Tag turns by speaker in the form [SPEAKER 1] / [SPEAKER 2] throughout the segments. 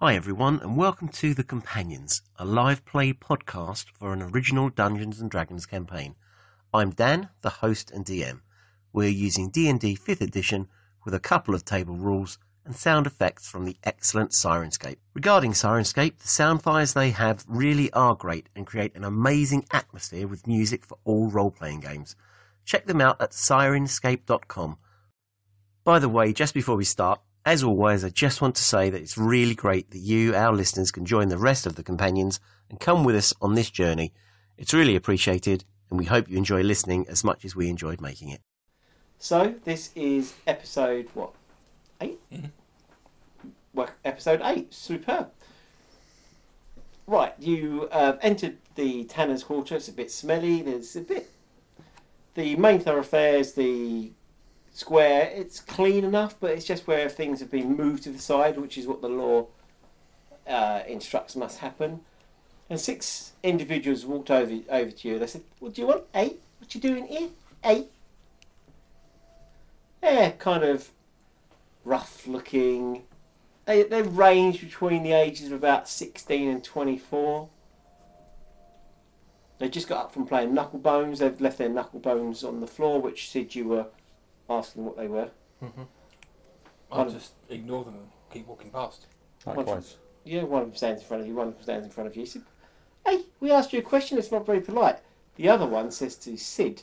[SPEAKER 1] Hi, everyone, and welcome to The Companions, a live play podcast for an original Dungeons and Dragons campaign. I'm Dan, the host and DM. We're using D&D 5th edition with a couple of table rules and sound effects from the excellent Sirenscape. Regarding Sirenscape, the sound files they have really are great and create an amazing atmosphere with music for all role-playing games. Check them out at sirenscape.com. By the way, just before we start, as always, I just want to say that it's really great that you, our listeners, can join the rest of the companions and come with us on this journey. It's really appreciated, and we hope you enjoy listening as much as we enjoyed making it.
[SPEAKER 2] So this is episode what? 8 Well, episode eight. Superb. Right, you uh, entered the Tanner's Quarter. It's a bit smelly. There's a bit. The main thoroughfares, the square. It's clean enough, but it's just where things have been moved to the side, which is what the law uh, instructs must happen. And six individuals walked over over to you. They said, "What do you want? Eight? What you doing here? Eight? They're kind of rough looking. They they range between the ages of about sixteen and twenty four. They just got up from playing knuckle bones. They've left their knuckle bones on the floor, which said you were asking what they were.
[SPEAKER 3] I'll
[SPEAKER 2] Um,
[SPEAKER 3] just ignore them and keep walking past.
[SPEAKER 2] Likewise. Yeah, one of them stands in front of you, one of them stands in front of you. He said, Hey, we asked you a question, it's not very polite. The other one says to Sid,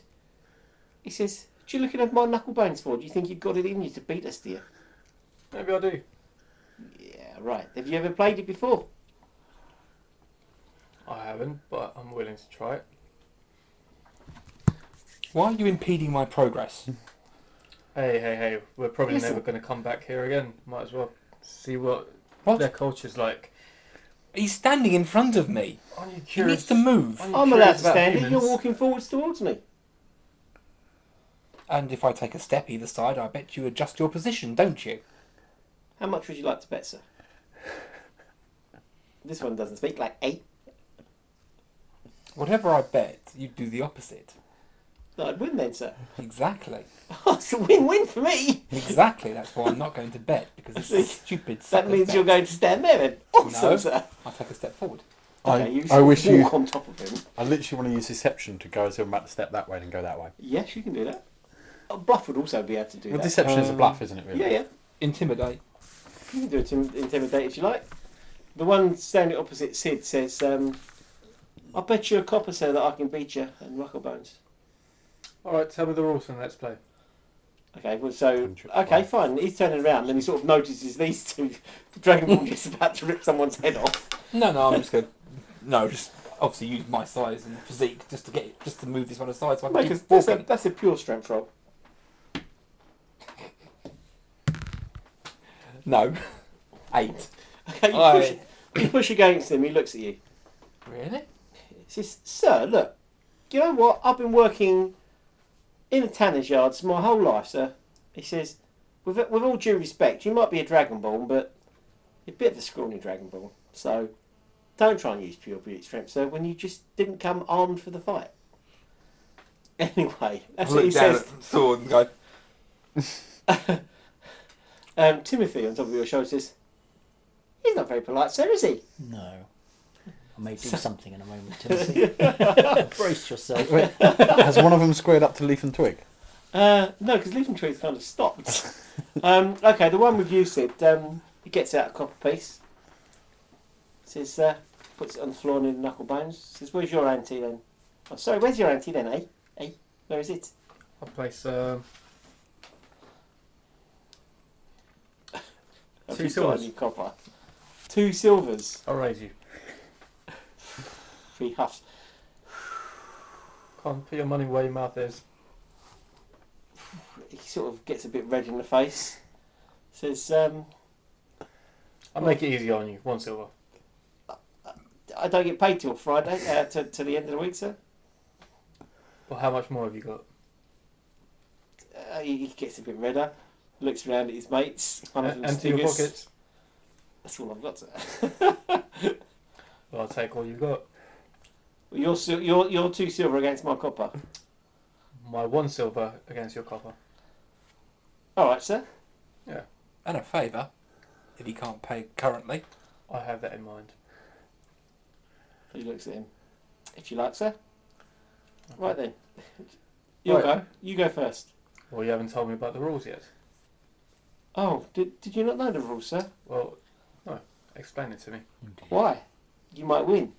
[SPEAKER 2] He says, What are you looking at my knuckle bones for? Do you think you've got it in you to beat us, dear?
[SPEAKER 3] Maybe I do.
[SPEAKER 2] Yeah, right. Have you ever played it before?
[SPEAKER 4] I haven't, but I'm willing to try it.
[SPEAKER 3] Why are you impeding my progress?
[SPEAKER 4] Hey, hey, hey, we're probably
[SPEAKER 2] Listen.
[SPEAKER 4] never going to come back here again. Might as well see what,
[SPEAKER 3] What?
[SPEAKER 4] their culture's like.
[SPEAKER 3] He's standing in front of me.
[SPEAKER 4] Are you
[SPEAKER 3] He needs
[SPEAKER 4] curious?
[SPEAKER 3] to move.
[SPEAKER 4] Aren't you
[SPEAKER 2] I'm
[SPEAKER 4] curious
[SPEAKER 2] allowed to
[SPEAKER 4] about
[SPEAKER 2] stand it,
[SPEAKER 4] humans?
[SPEAKER 2] you're walking forwards towards me.
[SPEAKER 3] And if I take a step either side, I bet you adjust your position, don't you?
[SPEAKER 2] How much would you like to bet, sir? this one doesn't speak, like eight.
[SPEAKER 3] Whatever I bet, you do the opposite.
[SPEAKER 2] I'd win then, sir.
[SPEAKER 3] Exactly.
[SPEAKER 2] Oh, it's a win win for me.
[SPEAKER 3] Exactly. That's why I'm not going to bet because it's a stupid.
[SPEAKER 2] That
[SPEAKER 3] sucker's
[SPEAKER 2] means
[SPEAKER 3] bet.
[SPEAKER 2] you're going to stand there then. Awesome,
[SPEAKER 3] No.
[SPEAKER 2] sir.
[SPEAKER 3] I'll take a step forward.
[SPEAKER 5] I,
[SPEAKER 2] Okay, you
[SPEAKER 5] I wish
[SPEAKER 2] walk
[SPEAKER 5] you.
[SPEAKER 2] on top of him.
[SPEAKER 5] I literally want to use deception to go as if I'm about to step that way and go that way.
[SPEAKER 2] Yes, you can do that. A bluff would also be able to do
[SPEAKER 5] Well,
[SPEAKER 2] that.
[SPEAKER 5] deception is a bluff, isn't it? Really?
[SPEAKER 2] Um, yeah, yeah.
[SPEAKER 3] Intimidate.
[SPEAKER 2] You can do it to intimidate if you like. The one standing opposite Sid says, um, I'll bet you a copper, sir, that I can beat you and Rucklebones.
[SPEAKER 4] All right, tell me the rules and let's play.
[SPEAKER 2] Okay, well, so,
[SPEAKER 5] Hundred
[SPEAKER 2] okay,
[SPEAKER 5] points.
[SPEAKER 2] fine. He's turning around and he sort of notices these two. Dragon Ball is about to rip someone's head off.
[SPEAKER 3] No, no. I'm just going. to... No, just obviously use my size and physique just to get just to move this one aside so I can
[SPEAKER 2] Make a,
[SPEAKER 3] keep
[SPEAKER 2] that's, a,
[SPEAKER 3] walking.
[SPEAKER 2] that's a pure strength roll.
[SPEAKER 3] No. Eight.
[SPEAKER 2] Okay, you
[SPEAKER 3] I-
[SPEAKER 2] push, you push against him, he looks at you.
[SPEAKER 3] Really?
[SPEAKER 2] He says, Sir, look, you know what? I've been working in the tanner's yards my whole life, sir. He says, with, with all due respect, you might be a dragonborn, but you're a bit of a scrawny dragonborn. So don't try and use pure brute strength, sir, when you just didn't come armed for the fight. Anyway, that's what he says.
[SPEAKER 3] the sword and go.
[SPEAKER 2] Um, Timothy on top of your shoulder says, He's not very polite, sir, is he?
[SPEAKER 6] No. I may do something in a moment, Timothy. Brace yourself.
[SPEAKER 5] Wait, has one of them squared up to leaf and twig?
[SPEAKER 2] Uh, no, because Leafing Tree's kind of stopped. um, okay, the one with you, Sid, um, he gets out a copper piece. Says, uh, puts it on the floor near the knuckle bones. Says, where's your auntie then? Oh, sorry, where's your auntie then, eh? Eh? Where is it?
[SPEAKER 4] I'll place um,
[SPEAKER 2] Have
[SPEAKER 4] Two
[SPEAKER 2] you
[SPEAKER 4] silvers.
[SPEAKER 2] got any copper? Two silvers.
[SPEAKER 4] I'll raise you.
[SPEAKER 2] Three huffs.
[SPEAKER 4] Come on, put your money where your mouth is.
[SPEAKER 2] He sort of gets a bit red in the face. Says, um,
[SPEAKER 4] I'll make it easy on you. One silver.
[SPEAKER 2] I don't get paid till Friday, uh, to, to the end of the week, sir.
[SPEAKER 4] Well, how much more have you got?
[SPEAKER 2] Uh, he, he gets a bit redder. Looks around at his mates. One of
[SPEAKER 4] E-
[SPEAKER 2] them
[SPEAKER 4] Empty your
[SPEAKER 2] sniggers.
[SPEAKER 4] pockets.
[SPEAKER 2] That's all I've got, sir.
[SPEAKER 4] Well, I'll take all you've got.
[SPEAKER 2] Well, You're, sil- you're, you're two silver against my copper.
[SPEAKER 4] My one silver against your copper.
[SPEAKER 2] All right, sir.
[SPEAKER 3] And a favour, if he can't pay currently,
[SPEAKER 4] I have that in mind.
[SPEAKER 2] He looks at him. If you like, sir. Right then. You'll
[SPEAKER 4] Right.
[SPEAKER 2] go. You go first.
[SPEAKER 4] Well, you haven't told me about the rules yet.
[SPEAKER 2] Oh, did, did you not know the rules, sir?
[SPEAKER 4] Well, no. Explain it to me.
[SPEAKER 2] Why? You might win.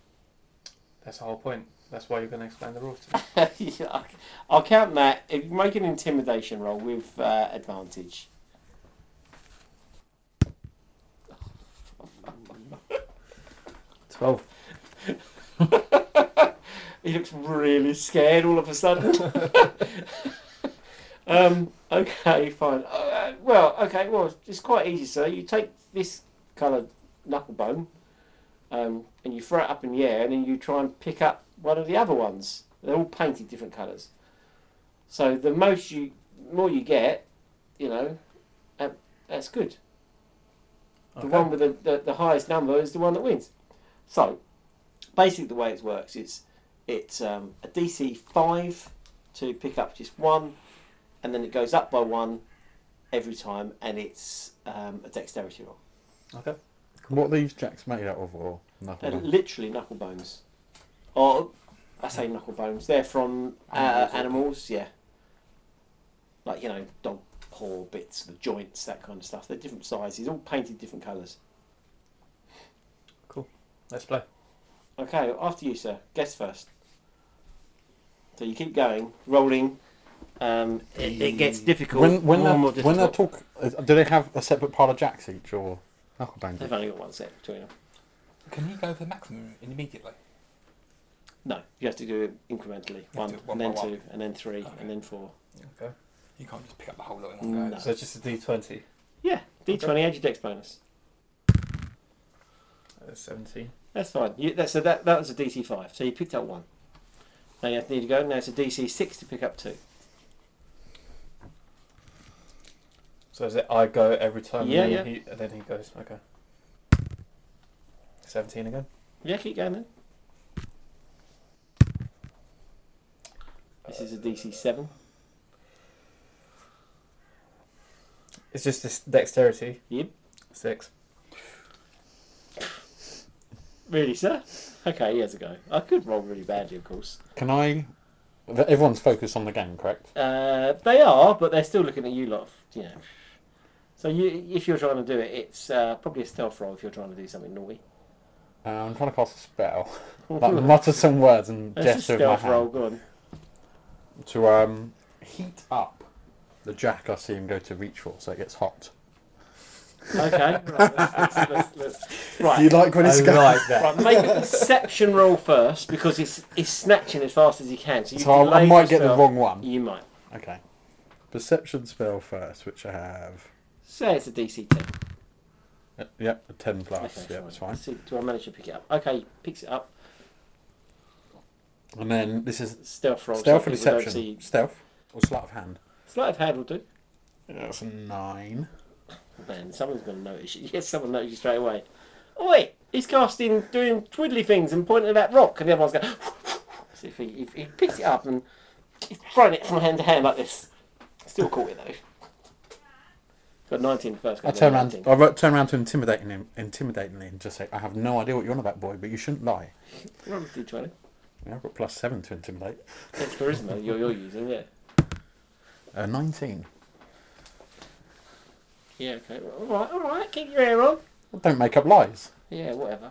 [SPEAKER 4] That's the whole point. That's why you're going to explain the rules to me.
[SPEAKER 2] Yeah, I'll count that. If you make an intimidation roll with uh, advantage.
[SPEAKER 6] Twelve.
[SPEAKER 2] He looks really scared all of a sudden. um, okay, fine. Uh, well, okay, well, it's quite easy, sir. You take this coloured knuckle bone um, and you throw it up in the air and then you try and pick up one of the other ones. They're all painted different colours. So the most you, more you get, you know, that, that's good. The one with the, the, the highest number is the one that wins. So, basically, the way it works is it's um, a DC five to pick up just one, and then it goes up by one every time, and it's um, a dexterity roll.
[SPEAKER 5] Okay. What are these jacks made out of, or
[SPEAKER 2] They're
[SPEAKER 5] nothing?
[SPEAKER 2] literally knuckle bones, or I say knuckle bones. They're from uh,
[SPEAKER 3] Animals,
[SPEAKER 2] animals,
[SPEAKER 3] aren't they?
[SPEAKER 2] yeah. Like you know, dog paw bits, the joints, that kind of stuff. They're different sizes, all painted different colours.
[SPEAKER 4] Let's play.
[SPEAKER 2] Okay, after you, sir. Guess first. So you keep going, rolling. Um, it, it gets difficult.
[SPEAKER 5] When when
[SPEAKER 2] more
[SPEAKER 5] they're,
[SPEAKER 2] and more
[SPEAKER 5] when they
[SPEAKER 2] difficult.
[SPEAKER 5] talk, is- do they have a separate pile of jacks each, or knuckle bangers?
[SPEAKER 2] They've only got one set between them.
[SPEAKER 3] Can you go for maximum immediately?
[SPEAKER 2] No, you have to do it incrementally.
[SPEAKER 3] You
[SPEAKER 2] One,
[SPEAKER 3] have to do it
[SPEAKER 2] and
[SPEAKER 3] one
[SPEAKER 2] then
[SPEAKER 3] by
[SPEAKER 2] two,
[SPEAKER 3] one.
[SPEAKER 2] and then three,
[SPEAKER 3] Okay.
[SPEAKER 2] and then four.
[SPEAKER 3] You can't just pick up the whole lot in one
[SPEAKER 2] No.
[SPEAKER 3] go.
[SPEAKER 4] So it's just a d20.
[SPEAKER 2] Yeah, D20 add your dex bonus.
[SPEAKER 4] Uh, 17.
[SPEAKER 2] That's fine. You, that, so that, that was a DC5, so you picked up one. Now you have to need to go, now it's a DC6 to pick up two.
[SPEAKER 4] So is it I go every time
[SPEAKER 2] Yeah,
[SPEAKER 4] and,
[SPEAKER 2] yeah.
[SPEAKER 4] then He, and then he goes? Okay. 17 again?
[SPEAKER 2] Yeah, keep going then. This is a DC7.
[SPEAKER 4] It's just this dexterity.
[SPEAKER 2] Yep.
[SPEAKER 4] Six.
[SPEAKER 2] Really, sir? Okay, here's a go. I could roll really badly, of course.
[SPEAKER 5] Can I? Everyone's focused on the game, correct?
[SPEAKER 2] Uh, they are, but they're still looking at you lot. You know. So you, if you're trying to do it, it's uh, probably a stealth roll if you're trying to do something naughty.
[SPEAKER 5] Uh, I'm trying to cast a spell, like mutter some words and
[SPEAKER 2] That's a
[SPEAKER 5] gesture with my
[SPEAKER 2] stealth
[SPEAKER 5] hand
[SPEAKER 2] roll. Go on.
[SPEAKER 5] to um heat up the jack I see him go to reach for, so it gets hot.
[SPEAKER 2] Okay. right, let's, let's, let's, let's.
[SPEAKER 5] Do you
[SPEAKER 2] right. Oh,
[SPEAKER 5] like when it's going?
[SPEAKER 2] right. Make a perception roll first because he's he's snatching as fast as he can. So, you
[SPEAKER 5] So I, I
[SPEAKER 2] delay
[SPEAKER 5] might get the
[SPEAKER 2] spell.
[SPEAKER 5] wrong one.
[SPEAKER 2] You might.
[SPEAKER 5] Okay. Perception spell first, which I have.
[SPEAKER 2] Say it's a DC ten.
[SPEAKER 5] Uh, Yep, a ten plus.
[SPEAKER 2] Okay,
[SPEAKER 5] yeah, that's fine.
[SPEAKER 2] See, do I manage to pick it up? Okay, he picks it up.
[SPEAKER 5] And then this is
[SPEAKER 2] Stealth roll.
[SPEAKER 5] stealth
[SPEAKER 2] Oh, so
[SPEAKER 5] or
[SPEAKER 2] people don't see-
[SPEAKER 5] deception. Stealth or sleight of hand.
[SPEAKER 2] Sleight of hand will do.
[SPEAKER 5] That's a nine.
[SPEAKER 2] Man, someone's going to notice you. Yes, someone noticed you straight away. Oh, wait, he's casting, doing twiddly things and pointing at that rock, and the other one's going. so if he, if he picks it up and he's throwing it from hand to hand like this. Still caught it, though. Got 19 first.
[SPEAKER 5] I
[SPEAKER 2] got
[SPEAKER 5] turn around.
[SPEAKER 2] 19.
[SPEAKER 5] I wrote, turn around to intimidating him, intimidatingly, and just say, "I have no idea what you're on about, boy, but you shouldn't lie."
[SPEAKER 2] Roll a D20.
[SPEAKER 5] Yeah, I've got plus seven to intimidate.
[SPEAKER 2] That's charisma you're, you're using, yeah.
[SPEAKER 5] Uh, Nineteen.
[SPEAKER 2] Yeah, okay. Alright, alright, keep your ear on.
[SPEAKER 5] Well, don't make up lies.
[SPEAKER 2] Yeah, whatever.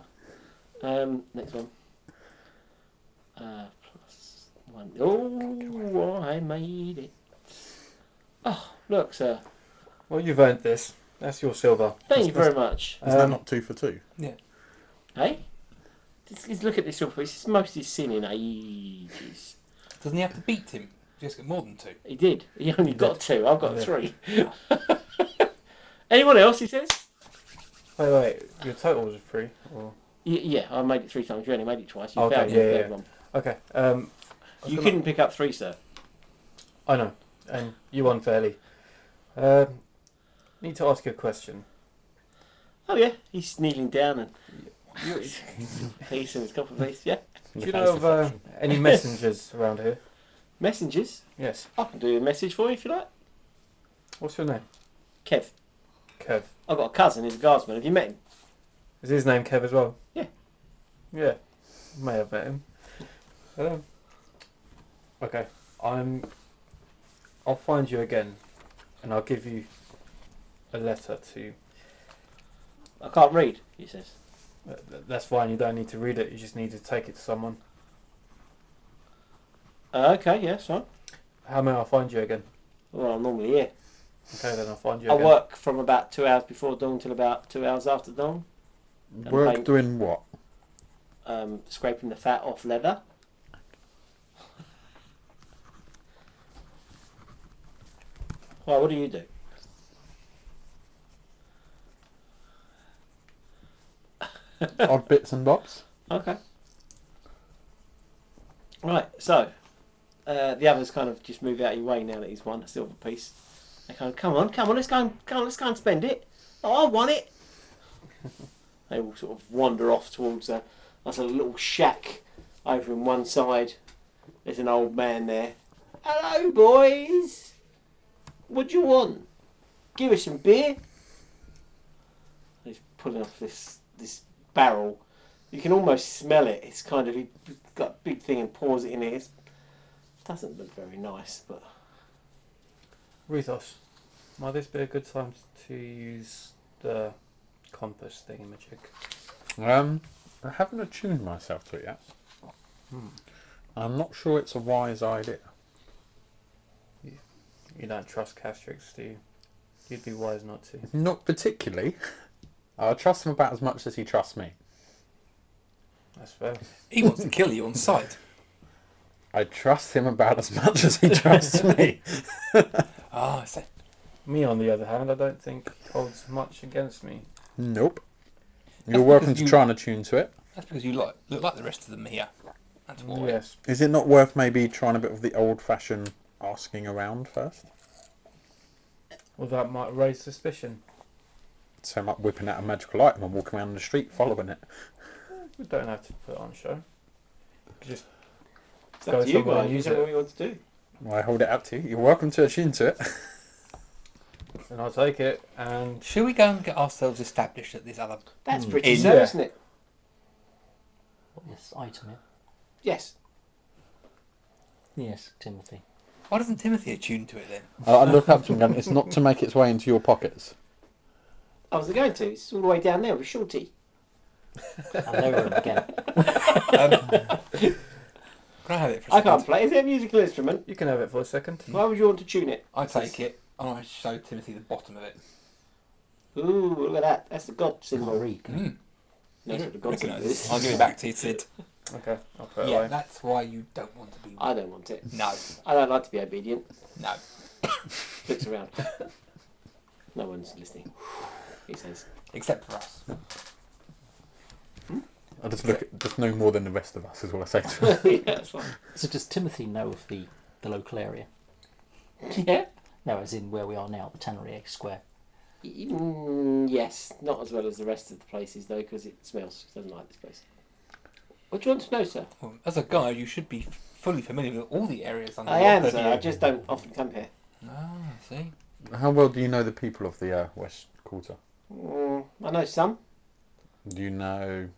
[SPEAKER 2] Um, next one. Uh, plus one. Oh, I made it. Oh, look, sir.
[SPEAKER 4] Well, you've earned this. That's your silver.
[SPEAKER 2] Thank you very much.
[SPEAKER 5] Isn't that
[SPEAKER 4] Um,
[SPEAKER 5] not two for two?
[SPEAKER 2] Hey, just, just look at this silver piece. It's mostly seen in ages.
[SPEAKER 3] Doesn't he have to beat him? Just get more than two.
[SPEAKER 2] He did. He only got two. I've got
[SPEAKER 4] Yeah.
[SPEAKER 2] three. Anyone else? He says.
[SPEAKER 4] Wait, wait. Your totals are three. Or...
[SPEAKER 2] Y- yeah, I made it three times. You only made it twice. You
[SPEAKER 4] Okay,
[SPEAKER 2] failed
[SPEAKER 4] yeah,
[SPEAKER 2] the
[SPEAKER 4] yeah,
[SPEAKER 2] third
[SPEAKER 4] yeah.
[SPEAKER 2] one.
[SPEAKER 4] Okay. Um, I was
[SPEAKER 2] You
[SPEAKER 4] gonna-
[SPEAKER 2] couldn't pick up three, sir.
[SPEAKER 4] I know. And you unfairly. Um, need to ask you a question.
[SPEAKER 2] Oh yeah, he's kneeling down and piece and his copper piece. Yeah,
[SPEAKER 4] Do you know of uh, any messengers around here?
[SPEAKER 2] messengers.
[SPEAKER 4] Yes.
[SPEAKER 2] I can do a message for you if you like.
[SPEAKER 4] What's your name?
[SPEAKER 2] Kev,
[SPEAKER 4] Kev.
[SPEAKER 2] I've got a cousin. He's a guardsman. Have you met him?
[SPEAKER 4] Is his name Kev as well?
[SPEAKER 2] Yeah.
[SPEAKER 4] Yeah. May have met him. Um, okay. I'm. I'll find you again, and I'll give you a letter to.
[SPEAKER 2] I can't read, he says.
[SPEAKER 4] th- uh, th- That's fine. You don't need to read it. You just need to take it to someone.
[SPEAKER 2] Uh, okay, yeah, that's fine.
[SPEAKER 4] How may I find you again?
[SPEAKER 2] Well, I'm normally here.
[SPEAKER 4] Okay, then I'll find you.
[SPEAKER 2] I
[SPEAKER 4] again.
[SPEAKER 2] work from about two hours before dawn till about two hours after dawn,
[SPEAKER 5] Work
[SPEAKER 2] paint.
[SPEAKER 5] doing what?
[SPEAKER 2] um, scraping the fat off leather. Well, what do you do?
[SPEAKER 5] Odd bits and bobs.
[SPEAKER 2] Okay. Right, so uh, the others kind of just move out of your way now that he's won a silver piece. They kind of come on, come on, let's go, and, come on, let's go and spend it. Oh, I want it. they all sort of wander off towards a, that's a little shack over in one side. There's an old man there. Hello, boys. What do you want? Give us some beer. He's pulling off this this barrel you can almost smell it. It's kind of he got a big thing and pours it in it. It doesn't look very nice, but
[SPEAKER 4] Ruthos, might this be a good time to use the compass thingamajig?
[SPEAKER 5] Um, I haven't attuned myself to it yet. I'm not sure it's a wise idea.
[SPEAKER 4] You don't trust Castrix, do you? You'd be wise not to.
[SPEAKER 5] Not particularly. I trust him about as much as he trusts me.
[SPEAKER 4] That's fair.
[SPEAKER 3] He wants to kill you on sight.
[SPEAKER 5] I trust him about as much as he trusts me.
[SPEAKER 3] Ah, I see.
[SPEAKER 4] Me, on the other hand, I don't think holds much against me.
[SPEAKER 5] Nope.
[SPEAKER 3] That's
[SPEAKER 5] You're welcome
[SPEAKER 3] because
[SPEAKER 5] to
[SPEAKER 3] you-
[SPEAKER 5] try and attune to it.
[SPEAKER 3] That's because you like, look like the rest of them here. That's why.
[SPEAKER 4] Yes.
[SPEAKER 5] Is it not worth maybe trying a bit of the old fashioned asking around first?
[SPEAKER 4] Well, that might raise suspicion.
[SPEAKER 5] So I'm up whipping out a magical item and walking around the street following it.
[SPEAKER 4] We don't have to put it on show. Just
[SPEAKER 2] it's
[SPEAKER 4] Go
[SPEAKER 2] up to you
[SPEAKER 4] somewhere and
[SPEAKER 2] guys. You
[SPEAKER 4] use
[SPEAKER 2] tell me
[SPEAKER 4] it.
[SPEAKER 2] what you want to do.
[SPEAKER 5] Well, I hold it up to you. You're welcome to attune to it.
[SPEAKER 4] and I'll take it. And
[SPEAKER 3] Should we go and get ourselves established at this other?
[SPEAKER 2] That's pretty
[SPEAKER 3] In-
[SPEAKER 2] so,
[SPEAKER 4] Yeah.
[SPEAKER 2] isn't Hmm. it?
[SPEAKER 6] What this item is?
[SPEAKER 2] Yes.
[SPEAKER 6] Yes, Timothy.
[SPEAKER 3] Why doesn't Timothy attune to it then?
[SPEAKER 5] I I look up to him and it's not to make its way into your pockets.
[SPEAKER 2] I was going to. It's all the way down there with Shorty.
[SPEAKER 6] I lower him again.
[SPEAKER 3] Can I have it for a
[SPEAKER 2] I
[SPEAKER 3] second?
[SPEAKER 2] can't play. Is it a musical instrument?
[SPEAKER 4] you can have it for a second.
[SPEAKER 2] Why would you want to tune it?
[SPEAKER 3] I take it and I show Timothy the bottom of it.
[SPEAKER 2] Ooh, look at that. That's the God
[SPEAKER 6] Can't
[SPEAKER 2] symbol.
[SPEAKER 6] read, can
[SPEAKER 3] Mm.
[SPEAKER 2] No, it's not the God symbol.
[SPEAKER 3] Recognise it.
[SPEAKER 2] It's-
[SPEAKER 3] I'll give it back to you, Sid.
[SPEAKER 4] Okay, I'll put it
[SPEAKER 3] yeah,
[SPEAKER 4] away.
[SPEAKER 3] that's why you don't want to be.
[SPEAKER 2] I don't want it.
[SPEAKER 3] No,
[SPEAKER 2] I don't like to be obedient.
[SPEAKER 3] no.
[SPEAKER 2] Looks around. no one's listening. He says.
[SPEAKER 3] Except for us.
[SPEAKER 5] I just look at just no more than the rest of us is what I say to him.
[SPEAKER 2] yeah, that's fine.
[SPEAKER 6] I? So does Timothy know of the, the local area?
[SPEAKER 2] Yeah.
[SPEAKER 6] No, as in where we are now, the Tannery X Square.
[SPEAKER 2] Mm, yes, not as well as the rest of the places though, because it smells. Doesn't like this place. What do you want to know, sir?
[SPEAKER 3] Well, as a guide, you should be fully familiar with all the areas under
[SPEAKER 2] I
[SPEAKER 3] your
[SPEAKER 2] am, sir.
[SPEAKER 3] purview.
[SPEAKER 2] I just don't often come here.
[SPEAKER 3] Ah, see.
[SPEAKER 5] How well do you know the people of the uh, West Quarter?
[SPEAKER 2] Mm, I know some.
[SPEAKER 5] Do you know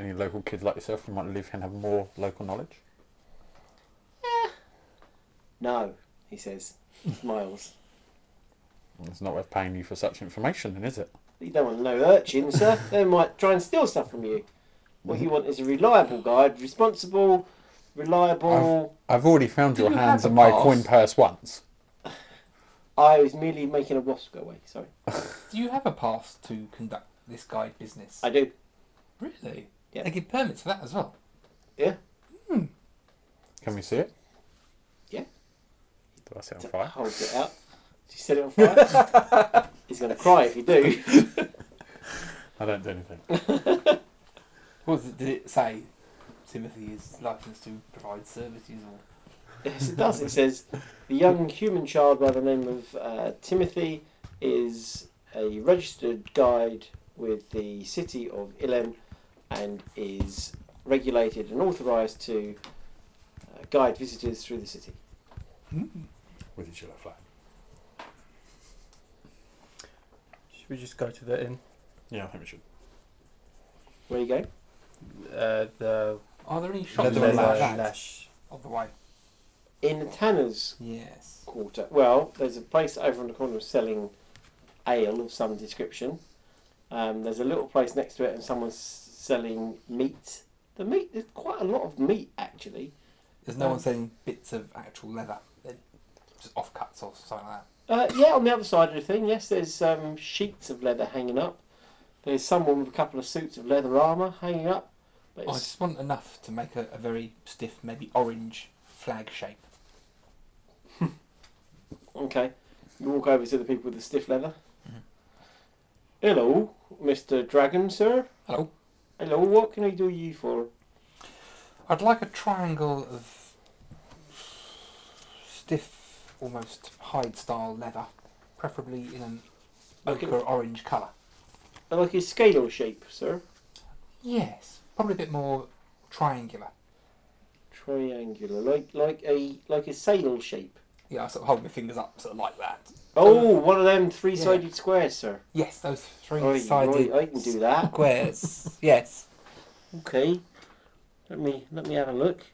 [SPEAKER 5] any local kids like yourself who might live here and have more local knowledge?
[SPEAKER 2] No, he says. Miles.
[SPEAKER 5] Well, It's not worth paying you for such information, then, is it?
[SPEAKER 2] You don't want to know urchins, sir. They might try and steal stuff from you. What you want is a reliable guide, responsible, reliable.
[SPEAKER 5] I've already found
[SPEAKER 3] Do
[SPEAKER 5] your
[SPEAKER 3] you
[SPEAKER 5] hands
[SPEAKER 3] have a
[SPEAKER 5] in my
[SPEAKER 3] pass?
[SPEAKER 5] coin purse once.
[SPEAKER 2] I was merely making a wasp go away. Sorry,
[SPEAKER 3] Do you have a pass to conduct this guide business?
[SPEAKER 2] I do.
[SPEAKER 3] Really?
[SPEAKER 2] Yeah.
[SPEAKER 3] They give permits for that as well.
[SPEAKER 2] Yeah.
[SPEAKER 5] Can we see it?
[SPEAKER 2] Yeah.
[SPEAKER 5] Do I set on fire?
[SPEAKER 2] Holds it out. She set it on fire. He's going to cry if you do.
[SPEAKER 5] I don't do anything.
[SPEAKER 3] What was it, did it say? Timothy is licensed to provide services or
[SPEAKER 2] Yes, it does. It says the young human child by the name of uh, Timothy is a registered guide with the city of Ilem and is regulated and authorised to uh, guide visitors through the city.
[SPEAKER 5] With his yellow flag.
[SPEAKER 4] Should we just go to the inn?
[SPEAKER 5] Yeah, I think we should.
[SPEAKER 2] Where you go?
[SPEAKER 4] Uh, the
[SPEAKER 3] Are there any
[SPEAKER 4] leather
[SPEAKER 3] shops
[SPEAKER 4] lash.
[SPEAKER 3] like
[SPEAKER 4] lash.
[SPEAKER 3] that? Of the way.
[SPEAKER 2] In the Tanner's
[SPEAKER 3] Yes.
[SPEAKER 2] Quarter. Well, there's a place over on the corner selling ale of some description. Um, there's a little place next to it, and someone's selling meat. The meat, there's quite a lot of meat actually.
[SPEAKER 3] There's no
[SPEAKER 2] Um,
[SPEAKER 3] one selling bits of actual leather. They're Just off cuts or something like that.
[SPEAKER 2] Uh, yeah, on the other side of the thing, yes, there's um, sheets of leather hanging up. There's someone with a couple of suits of leather armour hanging up. But
[SPEAKER 3] I
[SPEAKER 2] it's,
[SPEAKER 3] just want enough to make a, a very stiff, maybe orange flag shape.
[SPEAKER 2] Okay. You walk over to the people with the stiff leather. Hello, Mr. Dragon, sir.
[SPEAKER 3] Hello.
[SPEAKER 2] Hello, what can I do you for?
[SPEAKER 3] I'd like a triangle of stiff, almost hide style leather, preferably in an
[SPEAKER 2] Okay.
[SPEAKER 3] ochre orange colour.
[SPEAKER 2] I like a scale shape, sir.
[SPEAKER 3] Yes, probably a bit more triangular.
[SPEAKER 2] Triangular, like like a like a sail shape.
[SPEAKER 3] Yeah, I sort of hold my fingers up sort of like that.
[SPEAKER 2] Oh, one of them three-sided squares, sir.
[SPEAKER 3] Yes, those
[SPEAKER 2] Right,
[SPEAKER 3] three sided
[SPEAKER 2] right, I can do that.
[SPEAKER 3] squares. yes.
[SPEAKER 2] Okay, let me let me have a look.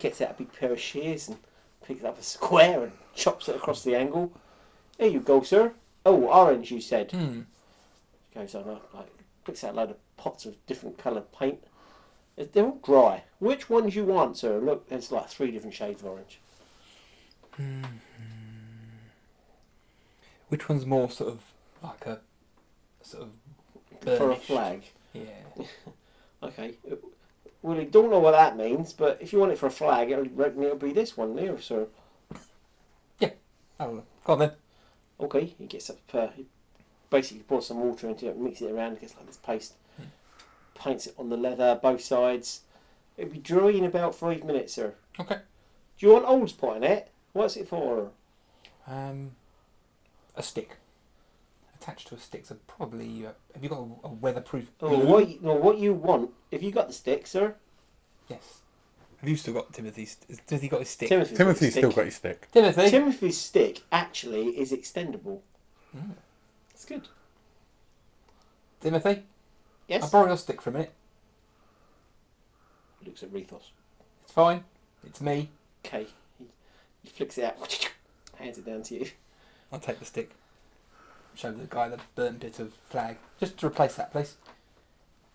[SPEAKER 2] Gets out a big pair of shears and picks up a square and chops it across the angle. There you go, sir. Oh, orange, you said.
[SPEAKER 3] Hmm.
[SPEAKER 2] goes on up, like picks out a load of pots of different coloured paint. Uh, They're all dry. Which ones you want, sir? Look, there's like three different shades of orange.
[SPEAKER 3] Which one's more sort of like a sort of
[SPEAKER 2] For a
[SPEAKER 3] burnished?
[SPEAKER 2] flag.
[SPEAKER 3] Yeah.
[SPEAKER 2] Okay. Uh, Well, I don't know what that means, but if you want it for a flag, I reckon it'll be this one there, sir.
[SPEAKER 3] I don't know. Oh, Go on then.
[SPEAKER 2] Okay, he gets up, uh, he basically pours some water into it, mixes it around, gets like this paste, paints it on the leather, both sides. It'll be dry in about five minutes, sir.
[SPEAKER 3] Okay.
[SPEAKER 2] Do you want Old's pot in it? What's it for?
[SPEAKER 3] Um, a stick. Attached to a stick, so probably. Uh, have you got a, a weatherproof?
[SPEAKER 2] Oh,
[SPEAKER 5] Mm-hmm.
[SPEAKER 3] glue?
[SPEAKER 2] what, you, no, what you want, if you got the stick, sir,
[SPEAKER 3] Yes. Have you still got Timothy's? has Timothy got his stick?
[SPEAKER 2] Timothy's,
[SPEAKER 5] Timothy's
[SPEAKER 2] stick.
[SPEAKER 5] still got his stick.
[SPEAKER 3] Timothy.
[SPEAKER 2] Timothy's stick actually is extendable.
[SPEAKER 5] Mm.
[SPEAKER 2] It's good.
[SPEAKER 3] Timothy. I'll
[SPEAKER 2] Yes.
[SPEAKER 3] borrow your stick for a minute.
[SPEAKER 2] Looks at Rethos.
[SPEAKER 3] It's fine. It's me.
[SPEAKER 2] Okay. He, he flicks it out, hands it down to you.
[SPEAKER 3] I'll take the stick. Show the guy the burnt bit of flag, just to replace that, please.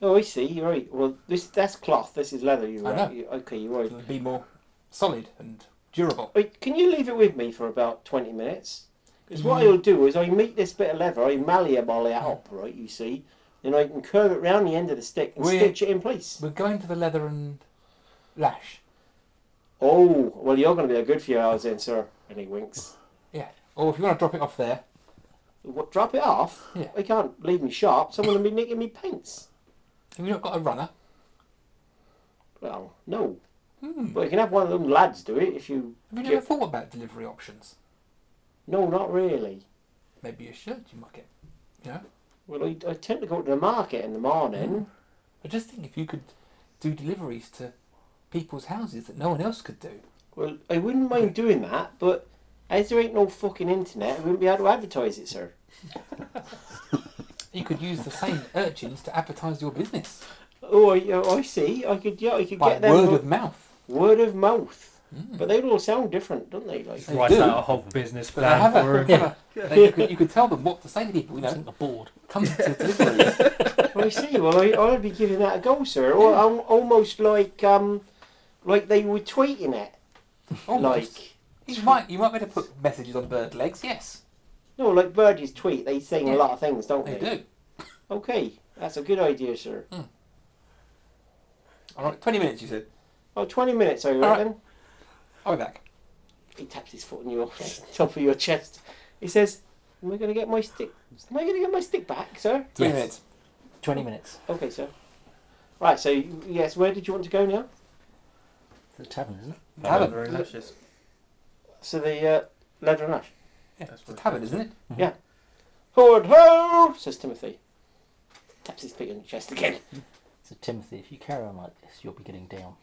[SPEAKER 2] Oh, I see. You're right. Well, this that's cloth. This is leather. You're
[SPEAKER 3] I
[SPEAKER 2] right.
[SPEAKER 3] know.
[SPEAKER 2] You- okay, you're right.
[SPEAKER 3] It'll be more solid and durable.
[SPEAKER 2] Wait, Can you leave it with me for about twenty minutes? Because what
[SPEAKER 3] Mm.
[SPEAKER 2] I'll do is I meet this bit of leather, I malleable it up, right? You see, then I can curve it round the end of the stick and
[SPEAKER 3] We-
[SPEAKER 2] stitch it in place.
[SPEAKER 3] We're going to the leather and lash.
[SPEAKER 2] Oh, well, you're going to be a good few hours in, sir. And he winks.
[SPEAKER 3] Yeah. Or if you want to drop it off there,
[SPEAKER 2] What, drop it off?
[SPEAKER 3] Yeah.
[SPEAKER 2] I can't leave me sharp. Someone will be nicking me paints.
[SPEAKER 3] have you not got a runner?
[SPEAKER 2] Well, no. But you can have one of them lads do it if you.
[SPEAKER 3] Hmm. Have you
[SPEAKER 2] get-
[SPEAKER 3] never thought about delivery options?
[SPEAKER 2] No, not really.
[SPEAKER 3] Maybe you should. You might get. You know.
[SPEAKER 2] Well, I, I tend to go to the market in the
[SPEAKER 3] Hmm.
[SPEAKER 2] morning.
[SPEAKER 3] I just think if you could do deliveries to people's houses that no one else could do.
[SPEAKER 2] Well, I wouldn't mind doing that, but as there ain't no fucking internet, I wouldn't be able to advertise it, sir.
[SPEAKER 3] You could use the same urchins to advertise your business
[SPEAKER 2] Oh, I, oh, I see. I could, yeah, I could
[SPEAKER 3] by
[SPEAKER 2] get them
[SPEAKER 3] word
[SPEAKER 2] on-
[SPEAKER 3] of Hmm. mouth.
[SPEAKER 2] word of mouth. But they all sound different, don't they? Like,
[SPEAKER 4] Write
[SPEAKER 3] do.
[SPEAKER 4] out a whole business
[SPEAKER 3] But I
[SPEAKER 4] plan
[SPEAKER 3] have
[SPEAKER 4] for
[SPEAKER 3] a,
[SPEAKER 4] him.
[SPEAKER 3] yeah. Then you, could, you could tell them what to say to people. You
[SPEAKER 6] Isn't
[SPEAKER 3] know,
[SPEAKER 6] the board?
[SPEAKER 3] come to deliveries.
[SPEAKER 2] I see. Well, I, I'd be giving that a go, sir. Or al- almost like, um, like they were tweeting it.
[SPEAKER 3] Almost.
[SPEAKER 2] Like,
[SPEAKER 3] you might you might better put messages on bird legs. Yes,
[SPEAKER 2] no, like Birdie's tweet. They saying a
[SPEAKER 3] Yeah.
[SPEAKER 2] lot of things, don't
[SPEAKER 3] they
[SPEAKER 2] they?
[SPEAKER 3] do. Hmm.
[SPEAKER 2] Okay, that's a good idea, sir.
[SPEAKER 3] All right, twenty minutes. You said.
[SPEAKER 2] Oh, 20 minutes, I
[SPEAKER 3] right.
[SPEAKER 2] reckon.
[SPEAKER 3] I'll be back.
[SPEAKER 2] He taps his foot on your top of your chest. He says, "Am I going to get my stick? Am I going to get my stick back, sir?"
[SPEAKER 3] Twenty
[SPEAKER 6] Yes.
[SPEAKER 3] minutes.
[SPEAKER 6] 20 minutes.
[SPEAKER 2] Okay, sir. Right. So yes, where did you want to go now?
[SPEAKER 6] The tavern, isn't it?
[SPEAKER 3] Tavern.
[SPEAKER 4] Very luscious.
[SPEAKER 2] So the uh, leather and ash.
[SPEAKER 3] Yeah,
[SPEAKER 4] That's
[SPEAKER 3] it's a
[SPEAKER 4] what
[SPEAKER 3] tavern, isn't it?
[SPEAKER 2] Forward, ho! Says Timothy. Taps his feet on your chest again.
[SPEAKER 6] So, Timothy, if you carry on like this, you'll be getting down.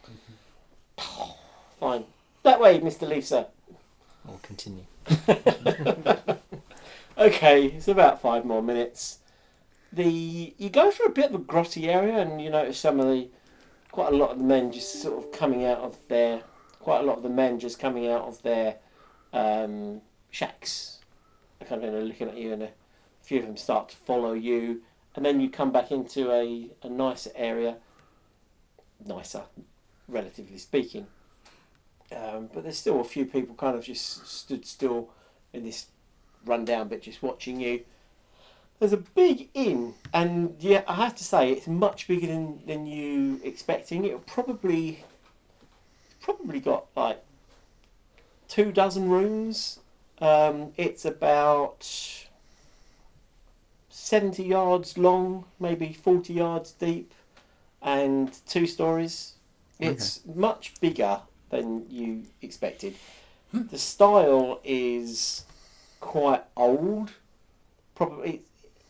[SPEAKER 2] Fine. That way, Mister Leaf, sir.
[SPEAKER 6] We'll continue.
[SPEAKER 2] Okay, it's about five more minutes. the you go through a bit of a grotty area, and you notice some of the quite a lot of the men just sort of coming out of their quite a lot of the men just coming out of their um, shacks. They're kind of looking at you, and a few of them start to follow you, and then you come back into a, a nicer area, nicer, relatively speaking. Um, but there's still a few people kind of just stood still in this rundown bit, just watching you. There's a big inn, and yeah, I have to say it's much bigger than, than you expecting. It'll probably probably got like two dozen rooms. Um, it's about seventy yards long, maybe forty yards deep, and two stories. It's much bigger than you expected. The style is quite old. Probably,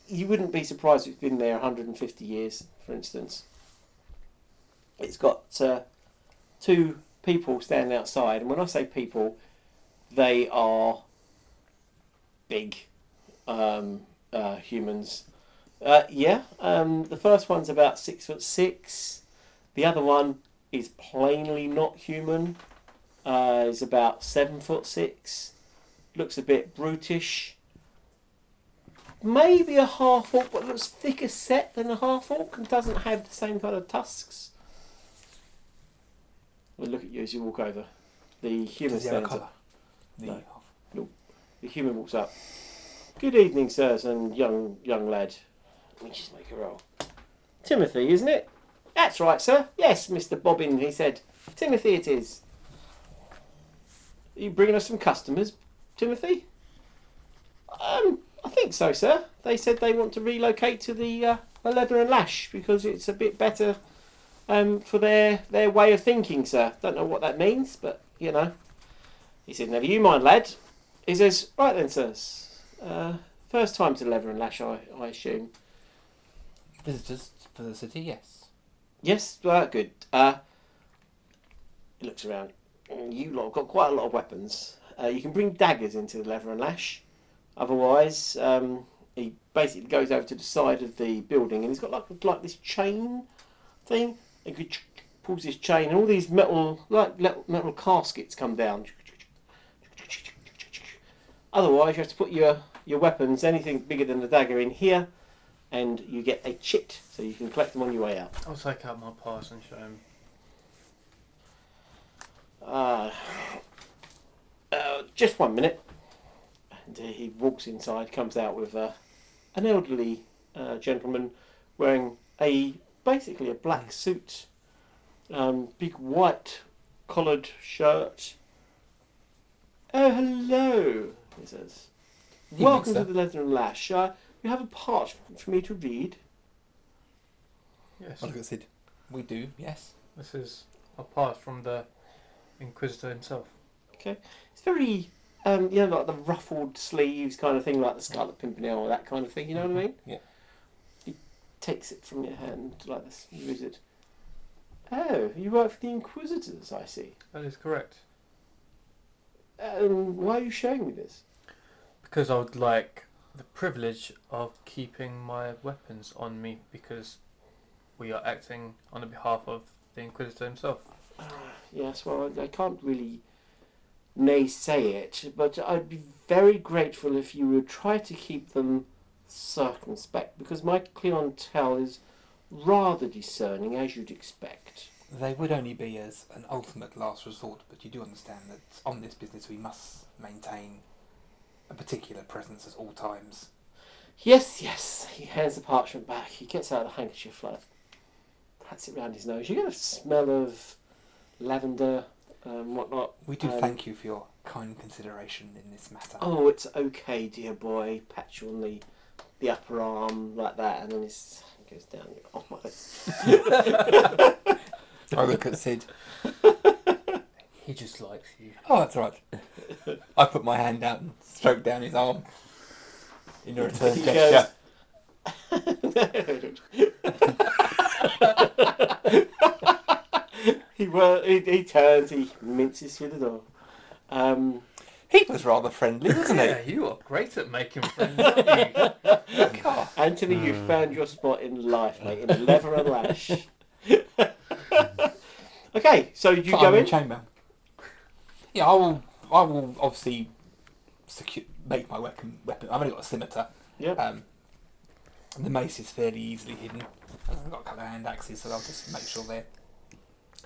[SPEAKER 2] you wouldn't be surprised if it's been there 150 years, for instance. It's got uh, two people standing outside, and when I say people, they are big um, uh, humans. Uh, yeah, um, the first one's about six foot six. The other one is plainly not human. Uh, is about seven foot six. Looks a bit brutish. Maybe a half orc, but looks thicker set than a half orc and doesn't have the same kind of tusks. We'll look at you as you walk over. The human
[SPEAKER 3] Does he have a
[SPEAKER 2] stands up.
[SPEAKER 3] collar? The
[SPEAKER 2] No.
[SPEAKER 3] half-
[SPEAKER 2] The human walks up. Good evening, sirs and young young lad. Let me just make a roll. Timothy, isn't it? That's right, sir. Yes, Mr. Bobbin, he said. Timothy it is. Are you bringing us some customers, Timothy? Um, I think so, sir. They said they want to relocate to the, uh, the Leather and Lash because it's a bit better um, for their, their way of thinking, sir. Don't know what that means, but, you know. He said, never you mind, lad. He says, right then, sirs. Uh, first time to Leather and Lash, I, I assume.
[SPEAKER 3] Visitors for the city, yes.
[SPEAKER 2] Yes, well, good. Uh, he looks around. Mm, You lot have got quite a lot of weapons. Uh, you can bring daggers into the Leather and Lash. Otherwise, um, he basically goes over to the side of the building and he's got like, like this chain thing. He could ch- ch- pulls his chain and all these metal like le- metal caskets come down. Otherwise, you have to put your your weapons, anything bigger than a dagger, in here, and you get a chit, so you can collect them on your way out.
[SPEAKER 4] I'll take out my pass and show him.
[SPEAKER 2] Uh, uh, just one minute. And uh, he walks inside, comes out with uh, an elderly uh, gentleman wearing a basically a black suit, um, big white collared shirt. Oh, hello, he says.
[SPEAKER 3] Evening,
[SPEAKER 2] Welcome
[SPEAKER 3] sir.
[SPEAKER 2] to the Leather and Lash. Uh, you have a parchment for me to read.
[SPEAKER 4] Yes,
[SPEAKER 3] I look at Sid. We do, yes.
[SPEAKER 4] this is a pass from the Inquisitor himself.
[SPEAKER 2] It's very, um, you know, like the ruffled sleeves kind of thing, like the Scarlet Pimpernel or that kind of thing. You know what I mean?
[SPEAKER 3] Yeah.
[SPEAKER 2] He takes it from your hand like this. You read it. Oh, you work for the Inquisitors, I see.
[SPEAKER 4] That is correct.
[SPEAKER 2] Um, why are you showing me this?
[SPEAKER 4] Because I would like the privilege of keeping my weapons on me because we are acting on the behalf of the Inquisitor himself.
[SPEAKER 2] Yes, well, I, I can't really naysay it, but I'd be very grateful if you would try to keep them circumspect, because my clientele is rather discerning, as you'd expect.
[SPEAKER 3] They would only be as an ultimate last resort, but you do understand that on this business we must maintain a particular presence at all times.
[SPEAKER 2] Yes, yes. He hands the parchment back. He gets out a handkerchief, like, pats it round his nose. You get a smell of lavender and whatnot.
[SPEAKER 3] We do
[SPEAKER 2] Um,
[SPEAKER 3] thank you for your kind consideration in this matter.
[SPEAKER 2] Oh, it's okay, dear boy. Pat you on the, the upper arm like that, and then his hand goes down. You're, Oh my!
[SPEAKER 3] I look at Sid.
[SPEAKER 4] He just likes you.
[SPEAKER 3] Oh, that's right. I put my hand out and stroked down his arm in a return
[SPEAKER 2] He
[SPEAKER 3] gesture.
[SPEAKER 2] he, wor- he he turns. He minces through the door. Um,
[SPEAKER 3] He was rather friendly, wasn't he?
[SPEAKER 4] Yeah, you are great at making friends, aren't you?
[SPEAKER 3] God.
[SPEAKER 2] Anthony, you found your spot in life, mate, in leather and lash. okay, so you
[SPEAKER 3] Put
[SPEAKER 2] go
[SPEAKER 3] Iron
[SPEAKER 2] in.
[SPEAKER 3] chamber. Yeah, I will. I will obviously secure, make my weapon. Weapon. I've only got a scimitar.
[SPEAKER 2] Yep.
[SPEAKER 3] Um, and the mace is fairly easily hidden. And I've got a couple of hand axes, so I'll just make sure they're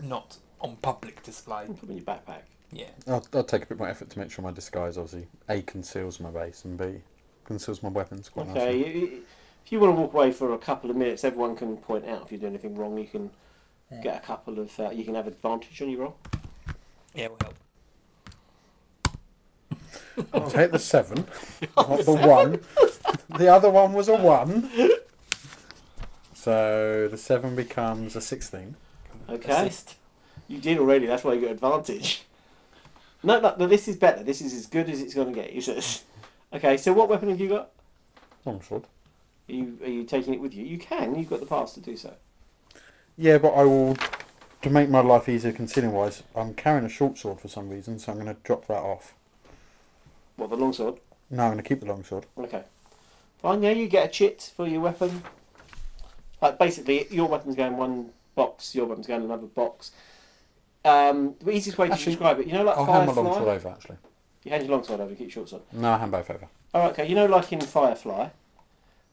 [SPEAKER 3] not on public display.
[SPEAKER 2] Put them in your backpack.
[SPEAKER 3] Yeah.
[SPEAKER 5] I'll, I'll take a bit more effort to make sure my disguise obviously A conceals my base and B conceals my weapons quite
[SPEAKER 2] Okay,
[SPEAKER 5] nicely.
[SPEAKER 2] you- you- if you want to walk away for a couple of minutes, everyone can point out if you do anything wrong. You can get a couple of. Uh, you can have advantage on your roll.
[SPEAKER 3] Yeah, will help.
[SPEAKER 5] I'll take the seven, not the one. The other one was a one. So the seven becomes a sixteen.
[SPEAKER 2] Okay.
[SPEAKER 3] Assist.
[SPEAKER 2] You did already. That's why you got advantage. No, no, no. This is better. This is as good as it's going to get. He says. Okay, so what weapon have you got?
[SPEAKER 5] Longsword.
[SPEAKER 2] Are you are you taking it with you? You can. You've got the parts to do so.
[SPEAKER 5] Yeah, but I will to make my life easier concealing wise. I'm carrying a short sword for some reason, so I'm going to drop that off.
[SPEAKER 2] What the longsword?
[SPEAKER 5] No, I'm going to keep the longsword.
[SPEAKER 2] Okay. Fine. Yeah, you get a chit for your weapon. Like basically, your weapon's going one box. Your weapon's going another box. Um, the easiest way to
[SPEAKER 5] Actually,
[SPEAKER 2] describe it, you know, like
[SPEAKER 5] I'll hand my
[SPEAKER 2] Firefly.
[SPEAKER 5] longsword over actually.
[SPEAKER 2] you hand your longsword over. You keep your short sword.
[SPEAKER 5] No, I hand both over.
[SPEAKER 2] All right. Okay. You know, like in Firefly.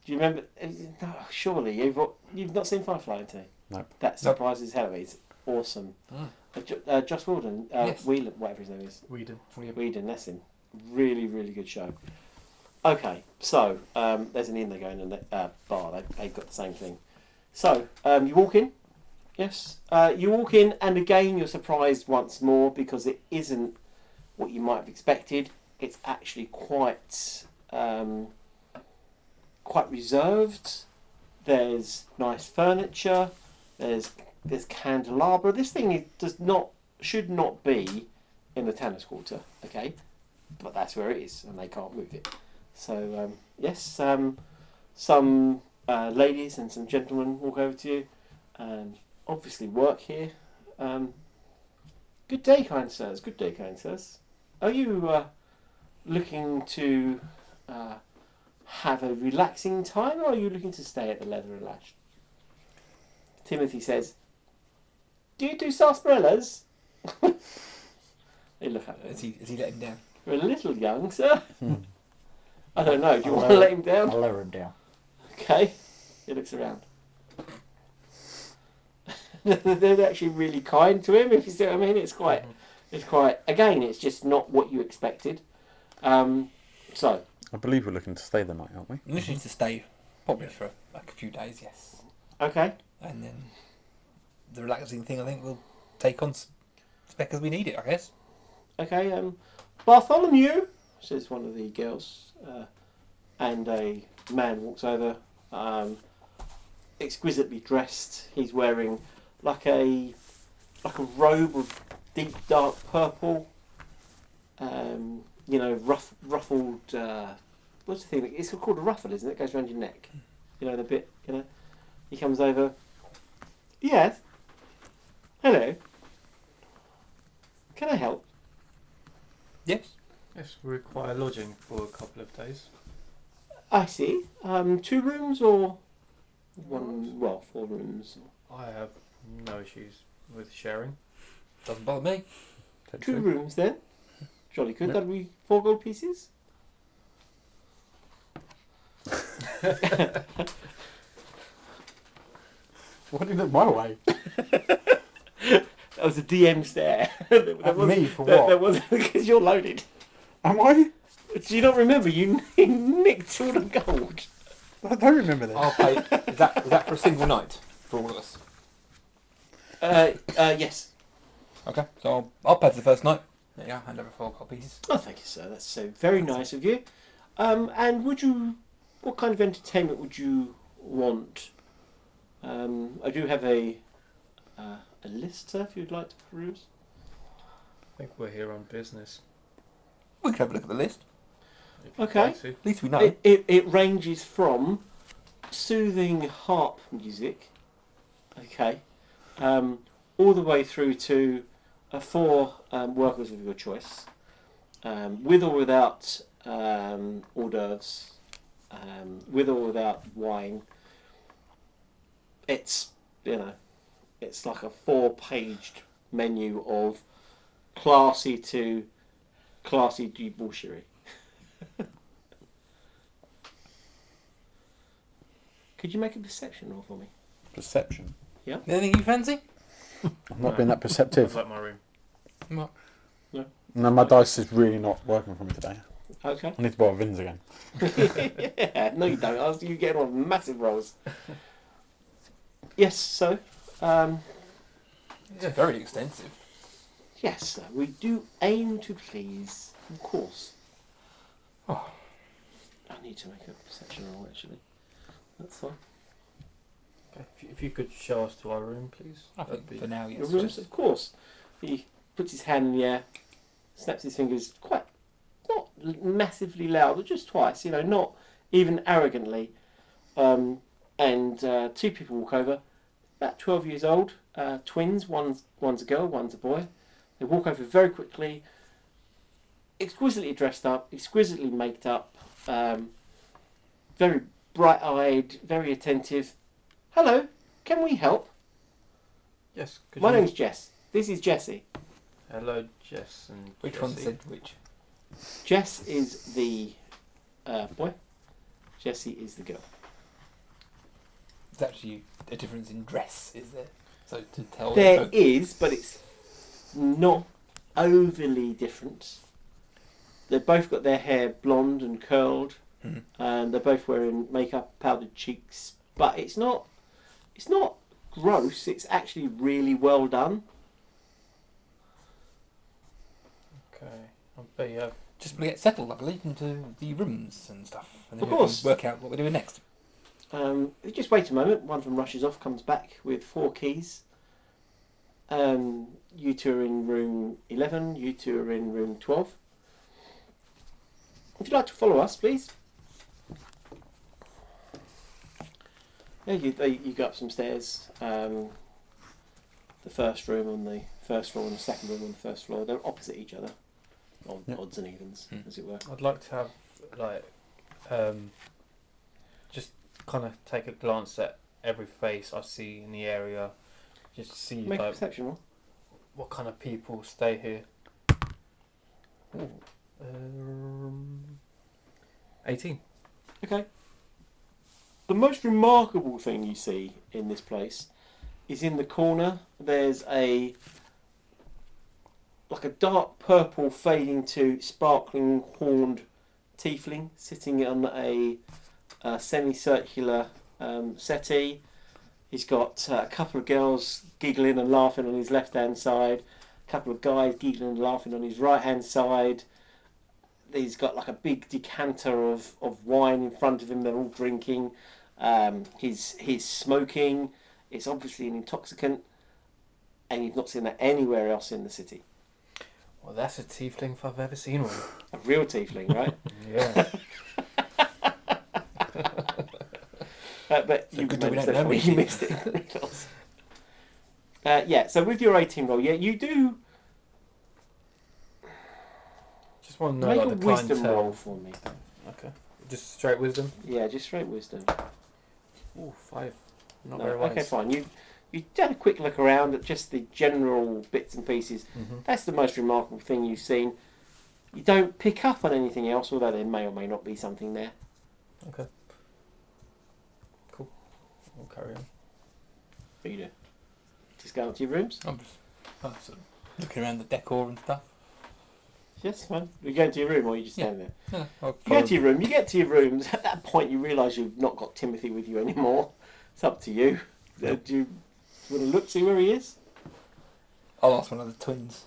[SPEAKER 2] Do you remember? eh, No, surely you've you've not seen Firefly, Anthony.
[SPEAKER 5] Nope.
[SPEAKER 2] That
[SPEAKER 3] Nope.
[SPEAKER 2] surprises hell. It's awesome.
[SPEAKER 4] Mm.
[SPEAKER 2] Uh, Ju- uh, Joss Whedon, uh,
[SPEAKER 3] Yes.
[SPEAKER 2] Whelan, whatever his name is,
[SPEAKER 4] We do.
[SPEAKER 2] Whedon, that's him. Really, really good show. Okay, so um, there's an inn they go in and they- uh, bar. They they've got the same thing. So um, you walk in. Yes, uh, you walk in, and again you're surprised once more because it isn't what you might have expected. It's actually quite um, quite reserved. There's nice furniture. There's there's candelabra. This thing is, does not should not be in the Tanner's Quarter. Okay, but that's where it is, and they can't move it. So um, yes, um, some uh, ladies and some gentlemen walk over to you, and obviously work here. Um, good day, kind sirs. Good day, kind sirs. Are you uh, looking to uh, have a relaxing time, or are you looking to stay at the Leather and Lash? Timothy says, "Do you do sarsaparillas?" they look at him.
[SPEAKER 3] Is he? Is he letting down?
[SPEAKER 2] You're a little young, sir. I don't know. Do you
[SPEAKER 6] I'll
[SPEAKER 2] want to
[SPEAKER 6] lower-
[SPEAKER 2] let him down?
[SPEAKER 6] I'll lower him down.
[SPEAKER 2] Okay. He looks around. They're actually really kind to him, if you see what I mean. It's quite, it's quite. Again, it's just not what you expected. Um, so
[SPEAKER 5] I believe we're looking to stay the night, aren't we?
[SPEAKER 3] You just need to stay probably for like a few days. Yes,
[SPEAKER 2] okay,
[SPEAKER 3] and then the relaxing thing I think we'll take on s- spec as we need it. I guess.
[SPEAKER 2] okay. Um, Bartholomew says one of the girls, uh, and a man walks over, um, exquisitely dressed. He's wearing like a like a robe of deep dark purple. Um, you know, ruff, ruffled. Uh, what's the thing? It's called a ruffle, isn't it? It goes around your neck. You know the bit. You know, he comes over. Yes. Hello. Can I help?
[SPEAKER 3] Yes.
[SPEAKER 4] Yes, we require lodging for a couple of days.
[SPEAKER 2] I see. Um, two rooms or one? Well, four rooms.
[SPEAKER 4] I have no issues with sharing.
[SPEAKER 3] Doesn't bother me.
[SPEAKER 5] Take
[SPEAKER 2] Two
[SPEAKER 5] two.
[SPEAKER 2] rooms then. Jolly good.
[SPEAKER 5] Yep.
[SPEAKER 2] That'd be four gold pieces.
[SPEAKER 5] Why do you look my way?
[SPEAKER 2] That was a DM stare. There- there
[SPEAKER 5] At
[SPEAKER 2] was-
[SPEAKER 5] me for
[SPEAKER 2] there-
[SPEAKER 5] what?
[SPEAKER 2] There was because you're loaded.
[SPEAKER 5] Am I?
[SPEAKER 2] Do you not remember? You nicked all the gold.
[SPEAKER 5] I don't remember this.
[SPEAKER 3] I'll pay. is that is that for a single night for all of us?
[SPEAKER 2] Uh, uh, yes.
[SPEAKER 3] Okay. So I'll, I'll pay for the first night. There you go. Hand over four copies.
[SPEAKER 2] Oh, thank you, sir. That's so very nice of you. Um, and would you? What kind of entertainment would you want? Um, I do have a uh, a list, sir, if you'd like to peruse.
[SPEAKER 4] I think we're here on business.
[SPEAKER 3] We can have a look at the list.
[SPEAKER 4] if you'd
[SPEAKER 2] Okay.
[SPEAKER 4] like to.
[SPEAKER 3] At least we know.
[SPEAKER 2] It, it, it ranges from soothing harp music, okay, um, all the way through to uh, four um, workers of your choice, um, with or without um, hors d'oeuvres, um, with or without wine. It's you know, it's like a four-paged menu of classy to classy debauchery. Could you make a perception roll for me?
[SPEAKER 5] Perception.
[SPEAKER 3] Anything you fancy?
[SPEAKER 5] I've not
[SPEAKER 4] No.
[SPEAKER 5] been that
[SPEAKER 4] Sounds
[SPEAKER 5] perceptive.
[SPEAKER 4] like my room.
[SPEAKER 3] What?
[SPEAKER 5] No, my dice is really not working for me today.
[SPEAKER 2] Okay.
[SPEAKER 5] I need to borrow Vin's again.
[SPEAKER 2] yeah, no, you don't. I was, you get on massive rolls. yes, so um,
[SPEAKER 3] It's very extensive.
[SPEAKER 2] yes, sir, we do aim to please, of course.
[SPEAKER 3] Oh.
[SPEAKER 2] I need to make a perception roll actually. That's fine.
[SPEAKER 4] Okay, if, you, if you could show us to our room, please.
[SPEAKER 3] I
[SPEAKER 4] that'd
[SPEAKER 3] think
[SPEAKER 4] be-
[SPEAKER 3] for now,
[SPEAKER 2] Your
[SPEAKER 3] yes.
[SPEAKER 2] rooms,
[SPEAKER 3] Just,
[SPEAKER 2] of course. He puts his hand in the air, snaps his fingers quite not l- massively loud, but just twice. You know, not even arrogantly. Um, and uh, two people walk over, about twelve years old, uh, twins. One's one's a girl, one's a boy. They walk over very quickly. Exquisitely dressed up, exquisitely made up, um, very bright-eyed, very attentive. Hello, can we help?
[SPEAKER 4] Yes. Could
[SPEAKER 2] My
[SPEAKER 4] you...
[SPEAKER 2] name's Jess. This is Jessie.
[SPEAKER 4] Hello, Jess and
[SPEAKER 3] which one
[SPEAKER 4] Jessie.
[SPEAKER 3] said which?
[SPEAKER 2] Jess is the uh, boy. Jessie is the girl.
[SPEAKER 3] It's actually a difference in dress, is there? So to tell
[SPEAKER 4] Oh,
[SPEAKER 2] There
[SPEAKER 3] both-
[SPEAKER 2] is, but it's not overly different. They've both got their hair blonde and curled,
[SPEAKER 3] Mhm.
[SPEAKER 4] Mm-hmm.
[SPEAKER 2] and they're both wearing makeup, powdered cheeks. But it's not, it's not gross. It's actually really well done.
[SPEAKER 4] Okay. I bet you have.
[SPEAKER 3] just we get settled, I believe, into the rooms and stuff, and then
[SPEAKER 2] Of
[SPEAKER 3] we
[SPEAKER 2] course.
[SPEAKER 3] can work out what we're doing next.
[SPEAKER 2] Um, just wait a moment. One of them rushes off, comes back with four keys. Um, you two are in room 11, you two are in room 12. If you'd like to follow us, please. Yeah, you, they, you go up some stairs. Um, the first room on the first floor and the second room on the first floor. They're opposite each other. Odd,
[SPEAKER 5] Yeah.
[SPEAKER 2] Odds and evens,
[SPEAKER 3] Hmm.
[SPEAKER 2] as it were.
[SPEAKER 4] I'd like to have like, um, just kind of take a glance at every face I see in the area, just to see
[SPEAKER 2] Make a
[SPEAKER 4] like
[SPEAKER 2] perception roll.
[SPEAKER 4] what kind of people stay here. Um, Eighteen.
[SPEAKER 2] Okay. The most remarkable thing you see in this place is in the corner. There's a like a dark purple fading to sparkling horned tiefling sitting on a, uh semicircular um, settee. He's got uh, a couple of girls giggling and laughing on his left hand side, a couple of guys giggling and laughing on his right hand side he's got like a big decanter of, of wine in front of him. They're all drinking. Um, he's he's smoking. It's obviously an intoxicant, and you've not seen that anywhere else in the city.
[SPEAKER 4] Well, that's a tiefling if I've ever seen one.
[SPEAKER 2] A real tiefling, right?
[SPEAKER 4] yeah.
[SPEAKER 2] Uh, but
[SPEAKER 3] So
[SPEAKER 2] you
[SPEAKER 3] good that we
[SPEAKER 2] missed
[SPEAKER 3] don't
[SPEAKER 2] it.
[SPEAKER 3] know
[SPEAKER 2] You missed it. uh, yeah. So with your eighteen roll, yeah, you do
[SPEAKER 4] Just want to know
[SPEAKER 2] make
[SPEAKER 4] like
[SPEAKER 2] a
[SPEAKER 4] the
[SPEAKER 2] wisdom
[SPEAKER 4] clientele.
[SPEAKER 2] roll for me.
[SPEAKER 4] Just straight wisdom.
[SPEAKER 2] Yeah, just straight wisdom.
[SPEAKER 4] Ooh, five. Not
[SPEAKER 2] No,
[SPEAKER 4] very wise.
[SPEAKER 2] okay, fine. You you had a quick look around at just the general bits and pieces.
[SPEAKER 4] Mhm.
[SPEAKER 2] That's the most remarkable thing you've seen. You don't pick up on anything else, although there may or may not be something there.
[SPEAKER 4] We'll carry on.
[SPEAKER 2] But you do. Just go up to your rooms.
[SPEAKER 3] I'm just, I'm just sort of looking around the decor and stuff.
[SPEAKER 2] Yes, fine. You go into your room, or you just
[SPEAKER 3] Yeah.
[SPEAKER 2] stand there.
[SPEAKER 3] Yeah, I'll
[SPEAKER 2] You go
[SPEAKER 3] follow-
[SPEAKER 2] to your room. You get to your rooms. At that point, you realise you've not got Timothy with you anymore. It's up to you. Uh, Do you want to look see where he is?
[SPEAKER 3] I'll ask one of the twins.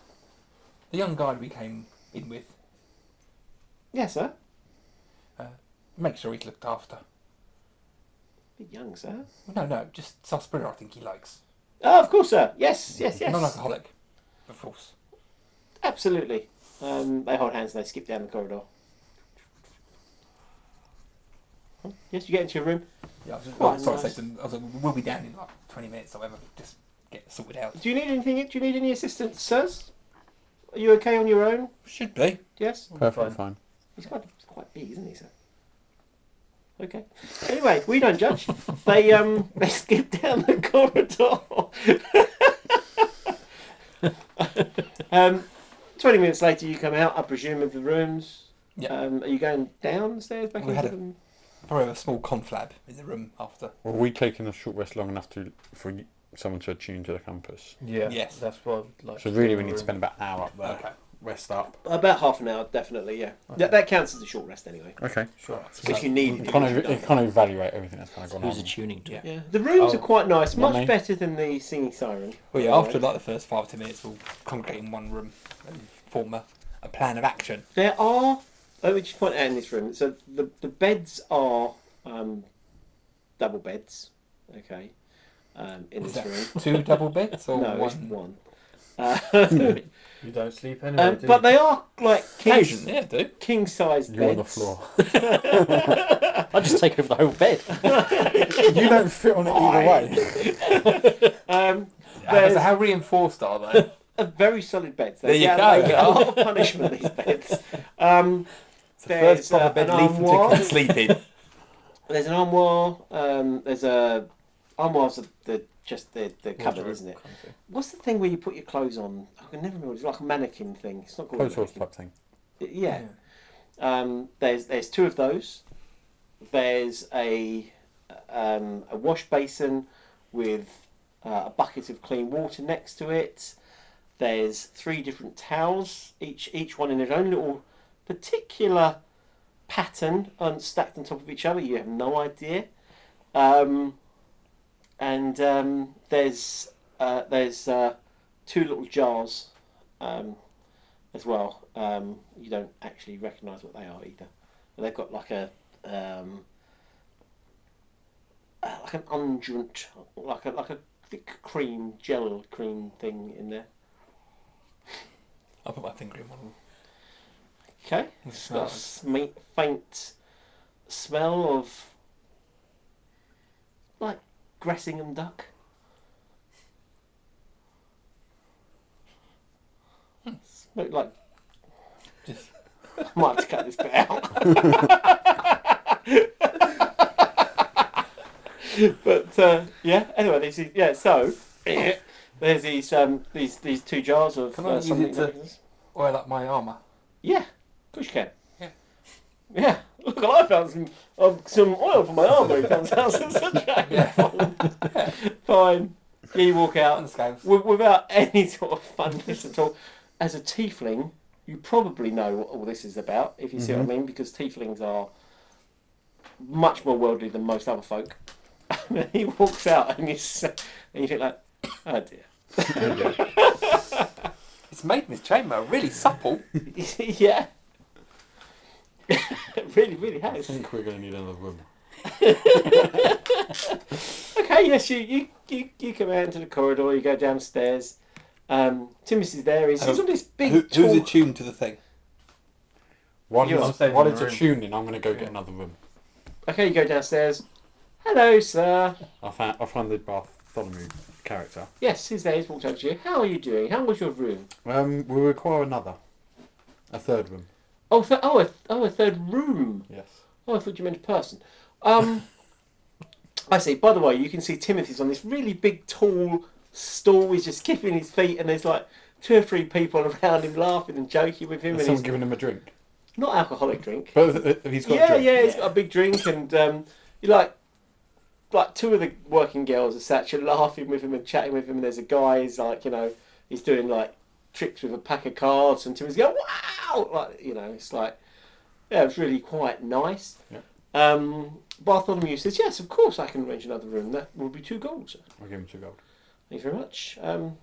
[SPEAKER 3] The young guy we came in with,
[SPEAKER 2] Yes, sir.
[SPEAKER 3] make sure he's looked after.
[SPEAKER 2] A bit young, sir.
[SPEAKER 3] No, no, just sarsaparilla I think he likes.
[SPEAKER 2] Oh, of course, sir. Yes, yes, yes.
[SPEAKER 3] Non-alcoholic, of course.
[SPEAKER 2] Absolutely. Um, they hold hands and they skip down the corridor. Yes, you get into your room.
[SPEAKER 3] Yeah, I was,
[SPEAKER 2] Quite
[SPEAKER 3] I was sorry,
[SPEAKER 2] nice.
[SPEAKER 3] I said to them, I was like, we'll be down in like 20 minutes or whatever, just get sorted out.
[SPEAKER 2] Do you need anything? Do you need any assistance, sirs? Are you okay on your own?
[SPEAKER 3] Should be.
[SPEAKER 2] Yes.
[SPEAKER 5] Perfectly fine.
[SPEAKER 2] He's quite he's quite big, isn't he? So. Okay. Anyway, we don't judge. they um they skip down the corridor. um, twenty minutes later, you come out. I presume of the rooms.
[SPEAKER 3] Yeah.
[SPEAKER 2] Um, are you going down the stairs back
[SPEAKER 3] We
[SPEAKER 2] into
[SPEAKER 3] had
[SPEAKER 2] them?
[SPEAKER 3] Probably have a small conflab in the room after.
[SPEAKER 5] Well, we taken a short rest long enough to for y- someone to attune to the compass.
[SPEAKER 4] Yeah.
[SPEAKER 3] Yes.
[SPEAKER 4] That's what I'd like.
[SPEAKER 5] So
[SPEAKER 4] do
[SPEAKER 5] really,
[SPEAKER 4] in the
[SPEAKER 5] we need to
[SPEAKER 4] room.
[SPEAKER 5] spend about an hour up there.
[SPEAKER 3] Okay.
[SPEAKER 5] Rest up.
[SPEAKER 2] About half an hour, definitely. Yeah.
[SPEAKER 4] Okay.
[SPEAKER 2] That, that counts as a short rest anyway,
[SPEAKER 5] Okay.
[SPEAKER 3] Sure.
[SPEAKER 2] which you need.
[SPEAKER 5] You
[SPEAKER 2] if
[SPEAKER 5] kind
[SPEAKER 2] you're
[SPEAKER 5] of
[SPEAKER 2] done.
[SPEAKER 5] you kind of evaluate everything that's kind of gone
[SPEAKER 6] Who's
[SPEAKER 5] on.
[SPEAKER 6] attuning to?
[SPEAKER 3] Um, Yeah.
[SPEAKER 2] Yeah. The rooms
[SPEAKER 4] Oh.
[SPEAKER 2] are quite nice.
[SPEAKER 5] Not
[SPEAKER 2] Much
[SPEAKER 5] me.
[SPEAKER 2] better than the singing siren.
[SPEAKER 3] Well, yeah,
[SPEAKER 2] Alright.
[SPEAKER 3] after like the first five, ten minutes, we'll congregate in one room and form a, a plan of action.
[SPEAKER 2] There are. Let me just point out in this room. So the the beds are um, double beds. Okay. Um, in
[SPEAKER 3] Is
[SPEAKER 2] this
[SPEAKER 3] that
[SPEAKER 2] room.
[SPEAKER 3] two double beds or
[SPEAKER 2] no, it's
[SPEAKER 3] one?
[SPEAKER 2] one. Uh,
[SPEAKER 4] You don't sleep anyway.
[SPEAKER 2] um,
[SPEAKER 4] do
[SPEAKER 2] but
[SPEAKER 4] you?
[SPEAKER 2] they are like king,
[SPEAKER 3] Occasionally, yeah, do.
[SPEAKER 2] king sized beds.
[SPEAKER 5] You're on the floor.
[SPEAKER 6] I just take over the whole bed.
[SPEAKER 5] you don't fit on it either way.
[SPEAKER 2] Um,
[SPEAKER 3] How-
[SPEAKER 2] There's-
[SPEAKER 3] How reinforced are they?
[SPEAKER 2] a very solid beds. They,
[SPEAKER 3] There you
[SPEAKER 2] yeah,
[SPEAKER 3] go.
[SPEAKER 2] They get a lot of punishment these beds. Um,
[SPEAKER 3] It's the
[SPEAKER 2] There's,
[SPEAKER 3] first proper
[SPEAKER 2] uh,
[SPEAKER 3] bed
[SPEAKER 2] an
[SPEAKER 3] Leaf
[SPEAKER 2] armoire.
[SPEAKER 3] can sleep in.
[SPEAKER 2] there's an armoire. Um, there's a armoire's the, the just the, the cupboard,
[SPEAKER 4] Wardrobe
[SPEAKER 2] isn't it?
[SPEAKER 4] kind of thing.
[SPEAKER 2] What's the thing where you put your clothes on? I can never remember. what It's like a mannequin thing. It's not called. a
[SPEAKER 5] Close horse
[SPEAKER 2] mannequin.
[SPEAKER 5] type thing.
[SPEAKER 2] Yeah. Um, there's there's two of those. There's a um, a wash basin with uh, a bucket of clean water next to it. There's three different towels, each each one in its own little particular pattern, and stacked on top of each other. You have no idea. Um, and um, there's uh, there's uh, two little jars um, as well. Um, you don't actually recognise what they are either. But they've got like a um, uh, like an unguent, like a like a thick cream gel cream thing in there.
[SPEAKER 3] I'll put my finger in one of them.
[SPEAKER 2] Okay,
[SPEAKER 3] It
[SPEAKER 2] it's got a
[SPEAKER 3] smells.
[SPEAKER 2] sma- faint smell of like Gressingham duck. Smoked like
[SPEAKER 3] Just
[SPEAKER 2] I might have to cut this bit out. but uh, yeah, anyway, this is yeah. So there's these um, these these two jars of.
[SPEAKER 3] Can I
[SPEAKER 2] uh,
[SPEAKER 3] use
[SPEAKER 2] something
[SPEAKER 3] it to-
[SPEAKER 2] like this.
[SPEAKER 3] oil up my armour.
[SPEAKER 2] Yeah, of course you can.
[SPEAKER 3] Yeah.
[SPEAKER 2] Yeah. Look, I found some um, some oil for my armour. It comes out as a dragon. Fine. Yeah, you walk out
[SPEAKER 3] On the scales.
[SPEAKER 2] wi- without any sort of funness at all. As a tiefling, you probably know what all this is about, if you see what I mean, because tieflings are much more worldly than most other folk. And then he walks out and, he's, and you think like, oh dear.
[SPEAKER 3] It's made this chamber really supple.
[SPEAKER 2] yeah. it really, really
[SPEAKER 5] I
[SPEAKER 2] has.
[SPEAKER 5] think we're going to need another room.
[SPEAKER 2] Okay, yes, you, you, you, you come out into the corridor, you go downstairs. Um, Timus is there. He's, he's
[SPEAKER 3] Um,
[SPEAKER 2] on this big.
[SPEAKER 3] Who, who's
[SPEAKER 2] tall-
[SPEAKER 3] attuned to the thing?
[SPEAKER 5] While
[SPEAKER 2] You
[SPEAKER 4] are
[SPEAKER 5] it's,
[SPEAKER 4] staying
[SPEAKER 5] while
[SPEAKER 4] in
[SPEAKER 5] it's
[SPEAKER 4] the room.
[SPEAKER 5] attuning, I'm going to go get another room.
[SPEAKER 2] Okay, you go downstairs. Hello, sir.
[SPEAKER 5] I found I found the Bartholomew character.
[SPEAKER 2] Yes, he's there. He's walked over to you. How are you doing? How was your room?
[SPEAKER 5] Um, we require another, a third room.
[SPEAKER 2] Oh, th- oh, a oh, a third room.
[SPEAKER 5] Yes.
[SPEAKER 2] Oh, I thought you meant a person. Um, I see. By the way, you can see Timothy's on this really big, tall stool. He's just skipping his feet, and there's like two or three people around him laughing and joking with him. And
[SPEAKER 5] Is someone
[SPEAKER 2] he's
[SPEAKER 5] giving him a drink?
[SPEAKER 2] not alcoholic drink.
[SPEAKER 5] But th- th- he's got a
[SPEAKER 2] Yeah,
[SPEAKER 5] drink.
[SPEAKER 2] yeah, he's got a big drink, and um, you like, like two of the working girls are sat here laughing with him and chatting with him. And there's a guy who's like, you know, he's doing like tricks with a pack of cards, and Timmy's going, wow, like you know, it's like, yeah, it's really quite nice.
[SPEAKER 5] Yep.
[SPEAKER 2] Um, Bartholomew says, yes, of course I can arrange another room. That will be two gold, sir.
[SPEAKER 5] I'll give him two gold.
[SPEAKER 2] Thank you very much. Um,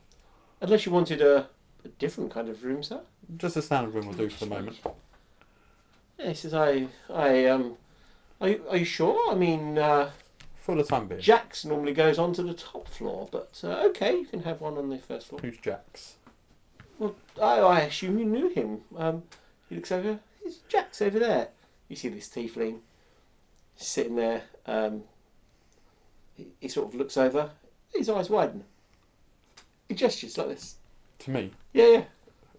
[SPEAKER 2] unless you wanted a, a different kind of room, sir.
[SPEAKER 5] Just a standard room will do for the moment.
[SPEAKER 2] Yeah, he says, I, I, um, are you, are you sure? I mean. Uh,
[SPEAKER 5] For the time being.
[SPEAKER 2] Jack's normally goes on to the top floor, but uh, okay, you can have one on the first floor.
[SPEAKER 5] Who's Jax?
[SPEAKER 2] Well, I, I assume you knew him. Um, he looks over. He's Jack's over there. You see this tiefling sitting there. Um, he, he sort of looks over. His eyes widen. He gestures like this.
[SPEAKER 5] To me.
[SPEAKER 2] Yeah, yeah.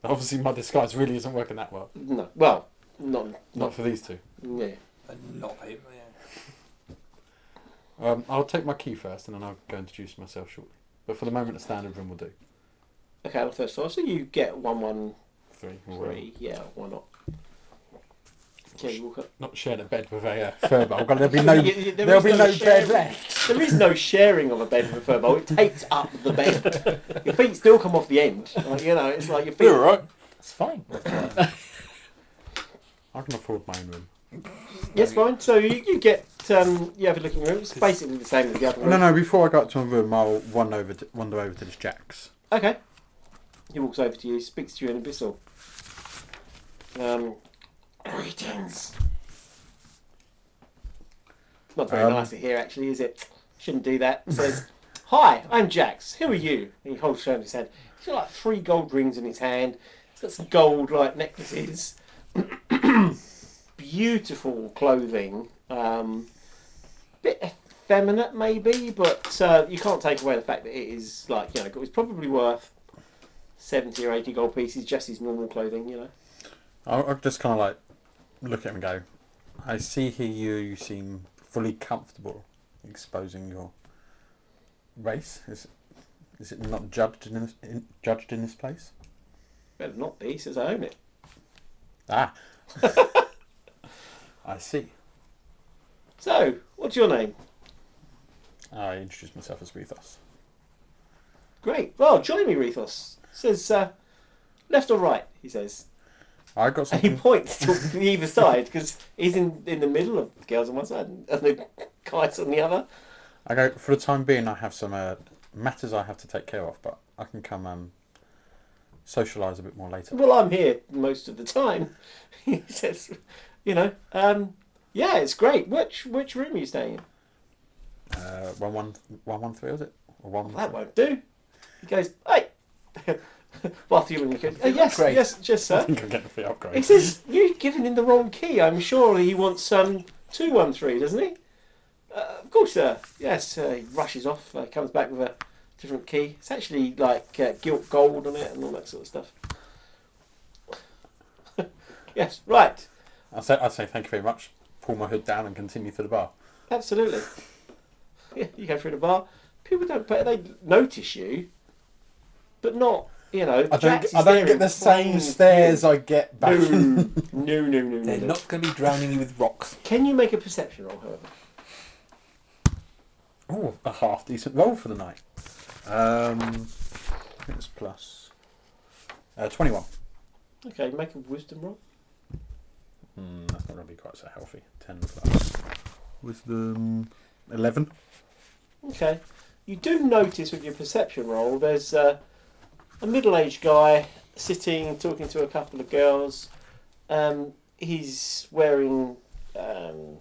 [SPEAKER 5] Obviously, my disguise really isn't working that well.
[SPEAKER 2] No. Well, not.
[SPEAKER 5] Not for these two.
[SPEAKER 2] Yeah.
[SPEAKER 3] And not him, yeah.
[SPEAKER 5] Um, I'll take my key first, and then I'll go introduce myself shortly. But for the moment, a standard room will do.
[SPEAKER 2] Okay, on the first floor. So you get one, one,
[SPEAKER 5] Three. or whatever.
[SPEAKER 2] three. Yeah, why not? Okay, you walk up.
[SPEAKER 5] Not sharing a bed with a uh, furball. God, There'll be no.
[SPEAKER 2] Yeah, yeah, there
[SPEAKER 5] there'll
[SPEAKER 2] is
[SPEAKER 5] be
[SPEAKER 2] no
[SPEAKER 5] no
[SPEAKER 2] sharing.
[SPEAKER 5] bed left.
[SPEAKER 2] There is no sharing of a bed with a furball. It takes up the bed. Your feet still come off the end. Like, you know, it's like your feet.
[SPEAKER 5] You're right.
[SPEAKER 6] It's fine.
[SPEAKER 5] I can afford my own room.
[SPEAKER 2] Yes, fine. So you, you get um, you have a look in the room. It's basically the same as the other room.
[SPEAKER 5] No, no. Before I go up to my room, I'll wander over to, wander over to this Jack's.
[SPEAKER 2] Okay. He walks over to you, speaks to you in Abyssal. Um, greetings. Not very
[SPEAKER 5] Um,
[SPEAKER 2] nice to hear, actually, is it? Shouldn't do that. He says, Hi, I'm Jax. Who are you? And he holds down his hand. He's got like three gold rings in his hand. He's got some gold like necklaces. Beautiful clothing. Um, bit effeminate maybe, but uh, you can't take away the fact that it is like you know it's probably worth seventy or eighty gold pieces just his normal clothing. You know,
[SPEAKER 5] I'll, I'll just kind of like look at him and go. I see here you. You seem fully comfortable exposing your race. Is is it not judged in this, in, judged in this place?
[SPEAKER 2] better not be says I own it.
[SPEAKER 5] Ah. I see.
[SPEAKER 2] So, what's your name?
[SPEAKER 5] I introduce myself as Rethos.
[SPEAKER 2] Great. Well, join me, Rethos. Says uh, left or right. He says.
[SPEAKER 5] I got
[SPEAKER 2] And he
[SPEAKER 5] something.
[SPEAKER 2] points to either side because he's in, in the middle of the girls on one side and the guys on the other.
[SPEAKER 5] I go for the time being. I have some uh, matters I have to take care of, but I can come um, socialise a bit more later.
[SPEAKER 2] Well, I'm here most of the time. he says, you know, um, yeah, it's great. Which which room are you staying in?
[SPEAKER 5] Uh, one one one one three was it? Or one?
[SPEAKER 2] That won't do. He goes, hey. After you goes, oh, yes,
[SPEAKER 6] Great.
[SPEAKER 2] yes, just
[SPEAKER 5] I
[SPEAKER 2] sir.
[SPEAKER 5] think I'm getting the
[SPEAKER 2] He
[SPEAKER 5] upgrade.
[SPEAKER 2] says, you've given him the wrong key. I'm sure he wants um, 213, doesn't he? Uh, of course, sir. Yes, uh, he rushes off, uh, comes back with a different key. It's actually like uh, gilt gold on it and all that sort of stuff. yes, right.
[SPEAKER 5] I say I say thank you very much. Pull my hood down and continue to the bar.
[SPEAKER 2] Absolutely. Yeah, you go through the bar. People don't pay, they notice you, but not you know.
[SPEAKER 5] I don't,
[SPEAKER 2] Jax
[SPEAKER 5] I
[SPEAKER 2] is there
[SPEAKER 5] don't get
[SPEAKER 2] in
[SPEAKER 5] the same
[SPEAKER 2] plain
[SPEAKER 5] stares I get
[SPEAKER 2] view.
[SPEAKER 5] back.
[SPEAKER 2] No, no, no, no.
[SPEAKER 3] They're
[SPEAKER 2] no.
[SPEAKER 3] not going to be drowning you with rocks.
[SPEAKER 2] Can you make a perception roll, however?
[SPEAKER 5] Oh, a half decent roll for the night. Um, I think it's plus uh, twenty-one.
[SPEAKER 2] Okay, make a wisdom roll.
[SPEAKER 5] Hmm, that's not going to be quite so healthy. Ten plus
[SPEAKER 2] um,
[SPEAKER 5] wisdom eleven.
[SPEAKER 2] Okay, you do notice with your perception roll, there's uh, a middle-aged guy sitting talking to a couple of girls. Um, he's wearing um,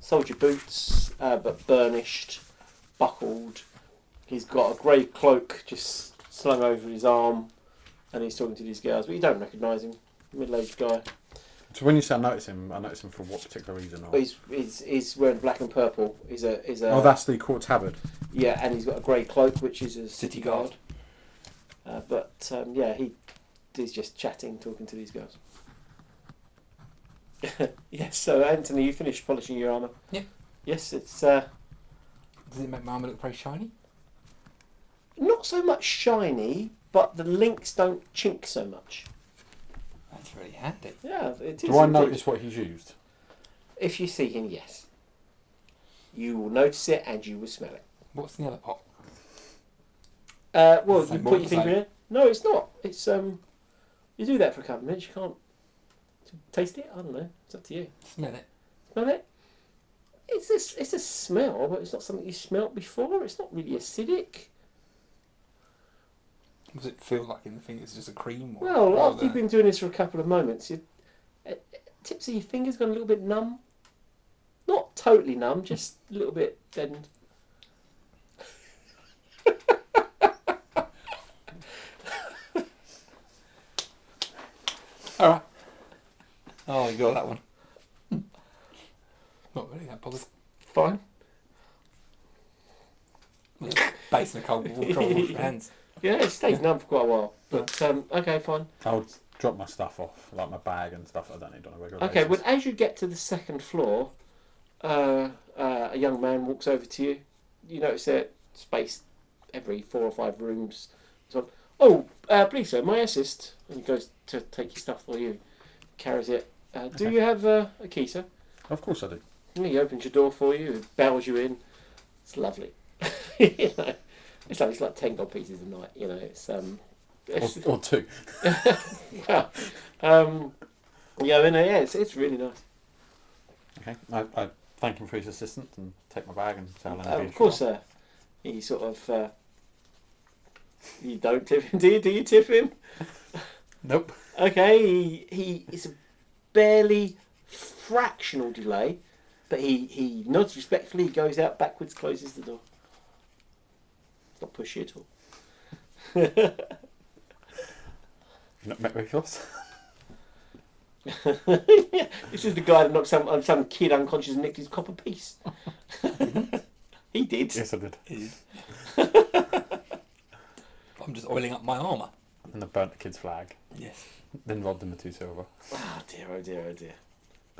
[SPEAKER 2] soldier boots, uh, but burnished, buckled. He's got a grey cloak just slung over his arm, and he's talking to these girls, but you don't recognise him. Middle-aged guy,
[SPEAKER 5] So when you say I notice him, I notice him for what particular reason?
[SPEAKER 2] but
[SPEAKER 5] Or...
[SPEAKER 2] he's, uh, he's, he's wearing black and purple. He's a is a
[SPEAKER 5] Oh, that's the court tabard.
[SPEAKER 2] Yeah, and he's got a grey cloak, which is a city
[SPEAKER 3] City
[SPEAKER 2] guard.
[SPEAKER 3] guard.
[SPEAKER 2] Uh, but um, yeah, he is just chatting, talking to these girls. yes. So Anthony, you finished polishing your armor.
[SPEAKER 3] Yeah.
[SPEAKER 2] Yes, it's uh,
[SPEAKER 3] Does it make my armour look very shiny?
[SPEAKER 2] not so much shiny, but the links don't chink so much.
[SPEAKER 3] That's very handy.
[SPEAKER 2] Yeah, it is.
[SPEAKER 5] Do I
[SPEAKER 2] indeed.
[SPEAKER 5] notice what he's used?
[SPEAKER 2] If you see him, yes, you will notice it and you will smell it.
[SPEAKER 3] What's the other pot?
[SPEAKER 2] Uh, well,
[SPEAKER 3] It's
[SPEAKER 2] you
[SPEAKER 3] like
[SPEAKER 2] put your finger in.
[SPEAKER 3] multi-site.
[SPEAKER 2] it. No, it's not. It's um, you do that for a couple of minutes. You can't taste it. I don't know. It's up to you.
[SPEAKER 3] Smell it.
[SPEAKER 2] Smell it. It's a, it's a smell, but it's not something you smelt before. It's not really acidic.
[SPEAKER 3] What does it feel like in the fingers? Just a cream? Or
[SPEAKER 2] Well,
[SPEAKER 3] rather-
[SPEAKER 2] after you've been doing this for a couple of moments, your uh, uh, tips of your fingers gone a little bit numb. Not totally numb, just a little bit deadened.
[SPEAKER 3] All right. Oh, you got that one. Not really that bothered.
[SPEAKER 2] Fine.
[SPEAKER 3] Base in a cold water, wash your hands.
[SPEAKER 2] Yeah, it stays numb for quite a while. But um, okay, fine.
[SPEAKER 5] I'll drop my stuff off, like my bag and stuff. I don't need on a regular
[SPEAKER 2] Okay, well,
[SPEAKER 5] basis.
[SPEAKER 2] as you get to the second floor, uh, uh, a young man walks over to you. You notice that space every four or five rooms. is on. oh, uh, please, sir, my assist. And he goes to take your stuff for you, carries it. Uh, do
[SPEAKER 5] Okay.
[SPEAKER 2] you have uh, a key, sir?
[SPEAKER 5] Of course I do.
[SPEAKER 2] And he opens your door for you, bows you in. It's lovely. you know, it's like it's like ten gold pieces a night. You know, it's um,
[SPEAKER 5] Or,
[SPEAKER 2] it's,
[SPEAKER 5] or two.
[SPEAKER 2] yeah, um, yeah, I mean, uh, yeah, it's it's really nice.
[SPEAKER 5] Okay. I, I thank him for his assistance and take my bag and say I'll
[SPEAKER 2] Uh, of course, sir. He sort of. Uh, you don't tip him, do you? Do you tip him?
[SPEAKER 5] Nope.
[SPEAKER 2] Okay, he, he it's a barely fractional delay, but he, he nods respectfully, he goes out backwards, closes the door. It's not pushy at all.
[SPEAKER 5] You've not met me before?
[SPEAKER 2] This is the guy that knocked some uh, some kid unconscious and nicked his copper piece. he did.
[SPEAKER 5] yes, I did.
[SPEAKER 3] I'm just oiling up my armour.
[SPEAKER 5] And I burnt the kid's flag,
[SPEAKER 3] Yes.
[SPEAKER 5] then robbed him of two silver.
[SPEAKER 2] Oh dear, oh dear, oh dear.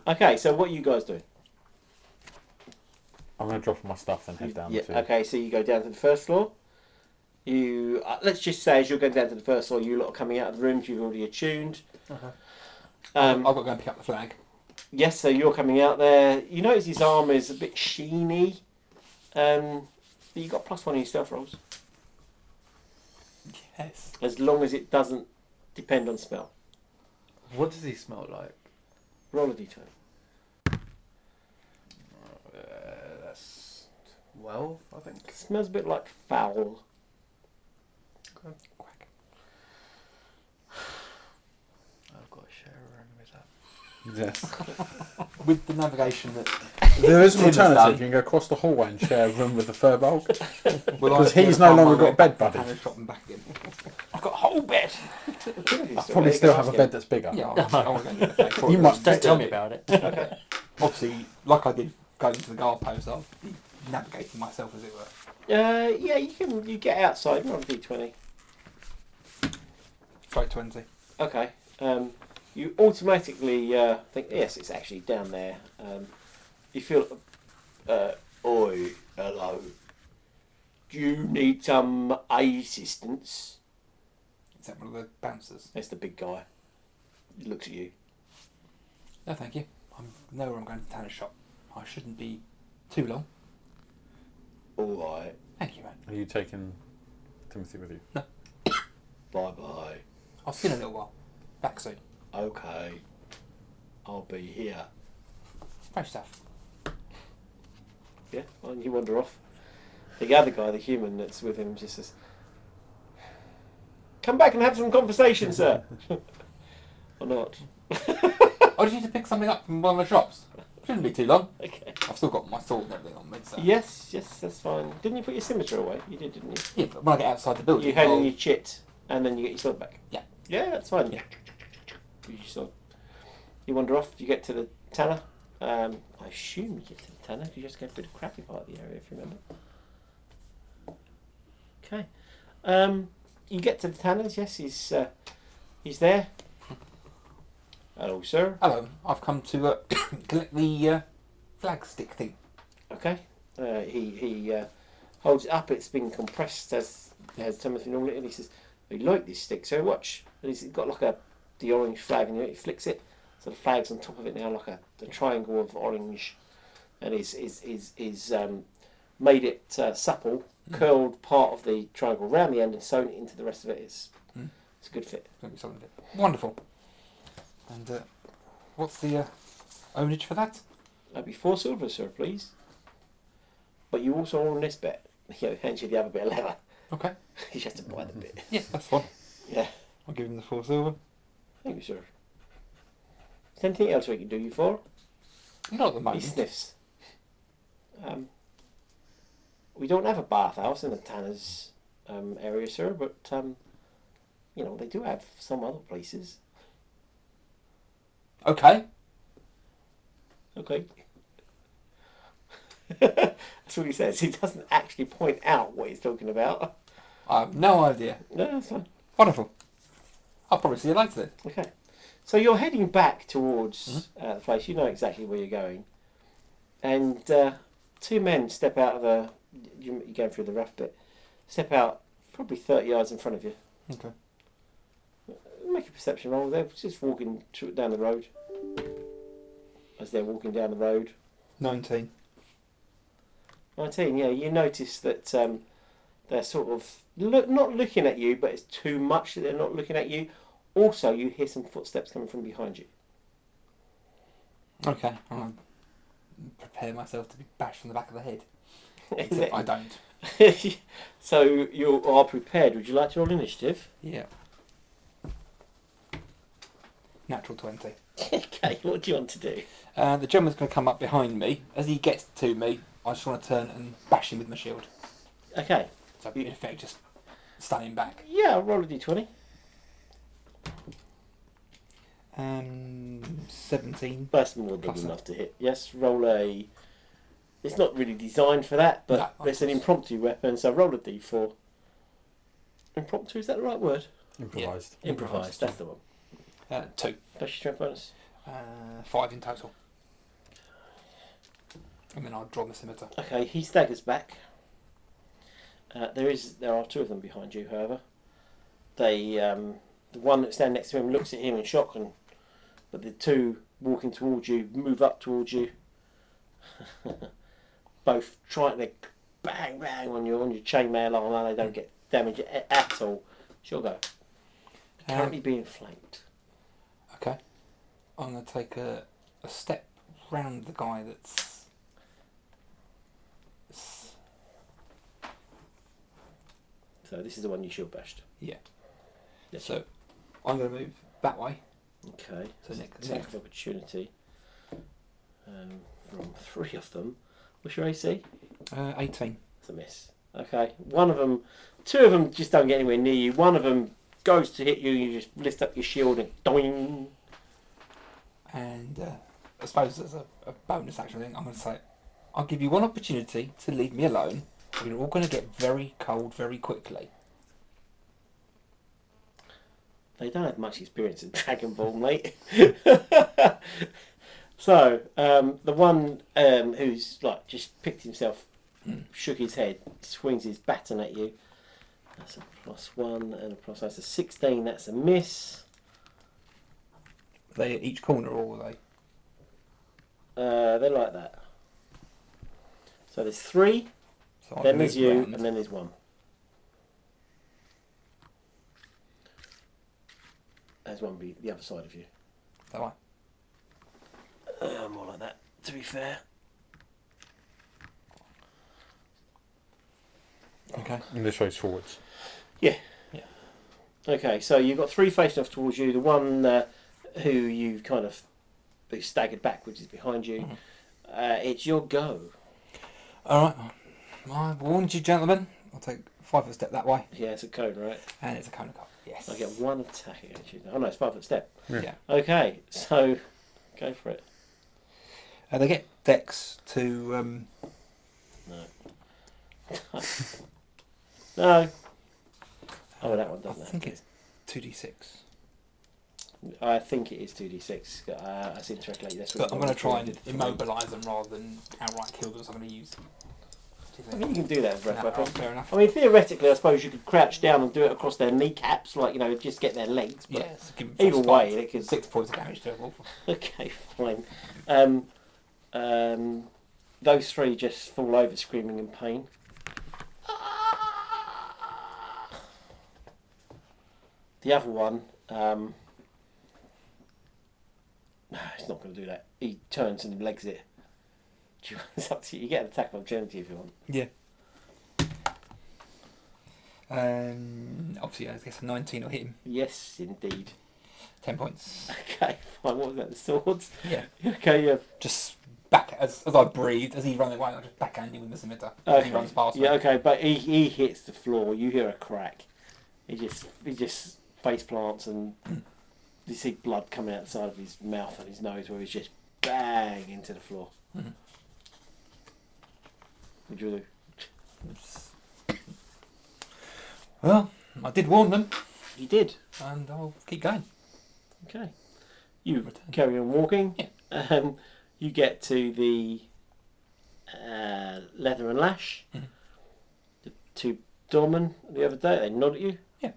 [SPEAKER 2] Okay, so what are you guys doing?
[SPEAKER 5] I'm going to drop my stuff and head down
[SPEAKER 2] yeah,
[SPEAKER 5] to.
[SPEAKER 2] okay, so you go down to the first floor. You uh, let's just say as you're going down to the first floor, you lot are coming out of the rooms you've already attuned.
[SPEAKER 5] Uh-huh.
[SPEAKER 3] I've
[SPEAKER 2] Um,
[SPEAKER 3] got to go and pick up the flag.
[SPEAKER 2] yes, so you're coming out there. You notice his arm is a bit sheeny, um, but you got plus one in your stealth rolls
[SPEAKER 3] Yes.
[SPEAKER 2] as long as it doesn't depend on smell.
[SPEAKER 4] What does he smell like?
[SPEAKER 2] Roll a d20.
[SPEAKER 4] Uh, that's 12, I think.
[SPEAKER 2] smells a bit like foul.
[SPEAKER 3] Quack.
[SPEAKER 4] I've got a share a room with that.
[SPEAKER 5] Yes.
[SPEAKER 3] With the navigation that.
[SPEAKER 5] there is an
[SPEAKER 3] Tim's done.
[SPEAKER 5] alternative. You can go across the hallway and share a room with the furball.
[SPEAKER 3] Well, I-
[SPEAKER 5] 'Cause he's no longer got a bed buddy.
[SPEAKER 3] Tanner's dropped him back again. I've got a whole bed.
[SPEAKER 5] I probably still have a bed that's bigger.
[SPEAKER 3] Yeah, I I want to go into the flag.
[SPEAKER 5] You might
[SPEAKER 6] Don't tell me about it.
[SPEAKER 3] Obviously, like I did going to the guard post, I'll be navigating myself as it were.
[SPEAKER 2] Uh, yeah, you can. You get outside. Roll a d20.
[SPEAKER 3] Straight 20.
[SPEAKER 2] Okay. Um, you automatically uh, think yes, it's actually down there. Um, you feel, uh, oi, hello. Do you need some assistance?
[SPEAKER 3] Is that one of the bouncers?
[SPEAKER 2] That's the big guy. He looks at you.
[SPEAKER 3] No, thank you. I know where I'm going to Tanner's shop. I shouldn't be too long.
[SPEAKER 2] All right.
[SPEAKER 3] Thank you, man.
[SPEAKER 5] Are you taking Timothy with you?
[SPEAKER 2] Bye bye.
[SPEAKER 3] I'll see you in a little while. Back soon.
[SPEAKER 2] Okay. I'll be here.
[SPEAKER 3] Fresh stuff.
[SPEAKER 2] Yeah, and you wander off. The other guy, the human that's with him, just says, "Come back and have some conversation, sir." or not.
[SPEAKER 3] I just need to pick something up from one of the shops. Shouldn't be too long.
[SPEAKER 2] Okay.
[SPEAKER 3] I've still got my sword and everything on me, so.
[SPEAKER 2] Yes, yes, that's fine. Didn't you put your scimitar away? You did, didn't you?
[SPEAKER 3] Yeah, but when I get outside the building, Oh,
[SPEAKER 2] You had
[SPEAKER 3] I'll-
[SPEAKER 2] in your chit, and then you get your sword back.
[SPEAKER 3] Yeah.
[SPEAKER 2] Yeah, that's fine.
[SPEAKER 3] Yeah.
[SPEAKER 2] You just sort of- you wander off. You get to the tanner. Um, I assume you get to the tanner. 'cause You just go through the crappy part of the area, if you remember. Okay. Um, you get to the tanner's. Yes, he's uh, he's there. Hello, sir.
[SPEAKER 3] Hello, I've come to uh, collect the uh, flag stick thing.
[SPEAKER 2] Okay. Uh, he he uh, holds it up. It's been compressed as as Timothy normally, and he says, "We like this stick so much." And he's got like a the orange flag, and he flicks it, so the flag's on top of it now, like a, a triangle of orange, and he's he's he's, he's um, made it uh, supple, curled part of the triangle round the end, and sewn it into the rest of it. It's
[SPEAKER 3] Mm.
[SPEAKER 2] it's a good fit.
[SPEAKER 3] It's gonna be something different. Wonderful. And uh, what's the uh, ownage for that?
[SPEAKER 2] That'd be four silver, sir, please. But you also own this bit. You know, hence you the other bit of leather.
[SPEAKER 3] Okay.
[SPEAKER 2] you just have to buy the bit.
[SPEAKER 3] Yeah, that's one.
[SPEAKER 2] Yeah.
[SPEAKER 3] I'll give him the four silver.
[SPEAKER 2] Thank you, sir. Is there anything else we can do you for?
[SPEAKER 3] Not at the
[SPEAKER 2] He
[SPEAKER 3] moment.
[SPEAKER 2] sniffs. Um, we don't have a bathhouse in the Tanner's um, area, sir, but um, you know they do have some other places.
[SPEAKER 3] Okay.
[SPEAKER 2] Okay. That's what he says. He doesn't actually point out what he's talking about.
[SPEAKER 3] I have no idea.
[SPEAKER 2] No, that's fine.
[SPEAKER 3] Wonderful. I'll probably see you later then.
[SPEAKER 2] Okay. So you're heading back towards uh, the place. You know exactly where you're going. And uh, two men step out of the. you- You're going through the rough bit. Step out probably 30 yards in front of you.
[SPEAKER 3] Okay.
[SPEAKER 2] Make a perception roll. They're just walking tr- down the road. As they're walking down the road.
[SPEAKER 3] 19.
[SPEAKER 2] 19, yeah, you notice that um, they're sort of look, not looking at you, but it's too much that they're not looking at you. Also, you hear some footsteps coming from behind you.
[SPEAKER 3] Okay. I'll prepare myself to be bashed from the back of the head.
[SPEAKER 2] Is
[SPEAKER 3] Except I don't.
[SPEAKER 2] it? so you are prepared. Would you like to roll initiative?
[SPEAKER 3] Yeah. Natural 20.
[SPEAKER 2] okay, what do you want to do?
[SPEAKER 3] Uh, the gentleman's going to come up behind me. As he gets to me, I just want to turn and bash him with my shield.
[SPEAKER 2] Okay,
[SPEAKER 3] So in effect, just stun him back.
[SPEAKER 2] yeah, roll a d20.
[SPEAKER 3] Um, 17.
[SPEAKER 2] That's more than
[SPEAKER 3] Plus
[SPEAKER 2] enough to hit. Yes, roll a. It's not really designed for that,
[SPEAKER 3] No,
[SPEAKER 2] but
[SPEAKER 3] of
[SPEAKER 2] it's an
[SPEAKER 3] course.
[SPEAKER 2] impromptu weapon, so roll a d4. Impromptu, is that the right word?
[SPEAKER 5] Improvised.
[SPEAKER 2] Improvised, that's the one.
[SPEAKER 3] Uh, 2.
[SPEAKER 2] Plus your strength bonus.
[SPEAKER 3] Uh, 5 in total. And then I'll draw my scimitar.
[SPEAKER 2] Okay, he staggers back. Uh, there is there are two of them behind you, however. They um, the one that's standing next to him looks at him in shock, and but the two walking towards you move up towards you. Both trying to bang bang on your on your chainmail armor. They don't get damaged a- at all. Sure go. Currently
[SPEAKER 3] Um,
[SPEAKER 2] being flanked.
[SPEAKER 3] okay. I'm going to take a, a step round the guy that's. s-
[SPEAKER 2] So this is the one you shield bashed.
[SPEAKER 3] Yeah.
[SPEAKER 2] Yes.
[SPEAKER 3] So I'm going to move that way.
[SPEAKER 2] Okay.
[SPEAKER 3] So next,
[SPEAKER 2] Attack of opportunity um, from three of them. What's your AC?
[SPEAKER 3] Uh, 18.
[SPEAKER 2] It's a miss. Okay, one of them, two of them just don't get anywhere near you. One of them goes to hit you, you just lift up your shield and doing.
[SPEAKER 3] And uh, I suppose as a, a bonus action thing, I'm going to say, I'll give you one opportunity to leave me alone. We're all going to get very cold very quickly.
[SPEAKER 2] They don't have much experience in Dragon Ball, mate. so um, the one um, who's like just picked himself, shook his head, swings his baton at you. That's a plus one and a plus. That's a sixteen. That's a miss.
[SPEAKER 3] Are they at each corner or are they?
[SPEAKER 2] Uh, they're like that. So there's three,
[SPEAKER 3] So I
[SPEAKER 2] then
[SPEAKER 3] move
[SPEAKER 2] there's you,
[SPEAKER 3] round.
[SPEAKER 2] and then there's one. There's one be the other side of you.
[SPEAKER 3] That way.
[SPEAKER 2] Uh, more like that, to be fair.
[SPEAKER 3] Okay.
[SPEAKER 5] And this way's forwards.
[SPEAKER 2] Okay, so you've got three facing off towards you. The one uh, who you kind of who staggered backwards is behind you. Uh, it's your go.
[SPEAKER 3] All right. I warned you, gentlemen. I'll take five foot step that way,
[SPEAKER 2] Yeah, it's a cone, right?
[SPEAKER 3] and it's a cone of cold. Yes.
[SPEAKER 2] I get one attack against you. Oh no, it's five foot step.
[SPEAKER 3] Yeah.
[SPEAKER 2] Okay, so go for it.
[SPEAKER 3] Uh, they get Dex to. Um,
[SPEAKER 2] No. Oh, that one
[SPEAKER 3] I
[SPEAKER 2] doesn't. it?
[SPEAKER 3] think it's two d six.
[SPEAKER 2] I think it is 2d6. Uh, I seem to recollect this.
[SPEAKER 3] But I'm going to try and immobilise them rather than outright kill them. So I'm going to use.
[SPEAKER 2] I mean, you can do that with breath
[SPEAKER 3] No,
[SPEAKER 2] weapon.
[SPEAKER 3] fair enough.
[SPEAKER 2] I mean, theoretically, I suppose you could crouch down and do it across their kneecaps, like, you know, just get their legs. But
[SPEAKER 3] Yes. give them
[SPEAKER 2] either
[SPEAKER 3] six
[SPEAKER 2] way,
[SPEAKER 3] points.
[SPEAKER 2] it could.
[SPEAKER 3] six points of damage to them.
[SPEAKER 2] Okay, fine. Um, um, those three just fall over screaming in pain. The other one, um, he's not going to do that. He turns and legs it. Do you- It's up to you. You get an attack of opportunity if you want.
[SPEAKER 3] Yeah. Um, obviously, I guess a 19 will hit him.
[SPEAKER 2] Yes, indeed.
[SPEAKER 3] 10 points.
[SPEAKER 2] Okay, fine. What was that? The swords?
[SPEAKER 3] Yeah.
[SPEAKER 2] Okay, yeah.
[SPEAKER 3] Just back, as, as I breathed, as he ran away, I just backhand him with the scimitar. As
[SPEAKER 2] Okay.
[SPEAKER 3] he runs past
[SPEAKER 2] yeah,
[SPEAKER 3] me.
[SPEAKER 2] okay, but he, he hits the floor. You hear a crack. He just he just face plants and you see blood coming out the side of his mouth and his nose where he's just bang into the floor.
[SPEAKER 3] Mhm.
[SPEAKER 2] What do you do?
[SPEAKER 3] Well, I did warn them.
[SPEAKER 2] You did.
[SPEAKER 3] and I'll keep going.
[SPEAKER 2] Okay. You
[SPEAKER 3] Return.
[SPEAKER 2] carry on walking.
[SPEAKER 3] Yeah.
[SPEAKER 2] Um, you get to the uh, leather and lash.
[SPEAKER 3] Mm-hmm.
[SPEAKER 2] The two doormen the other day, they nod at you.
[SPEAKER 3] Yeah.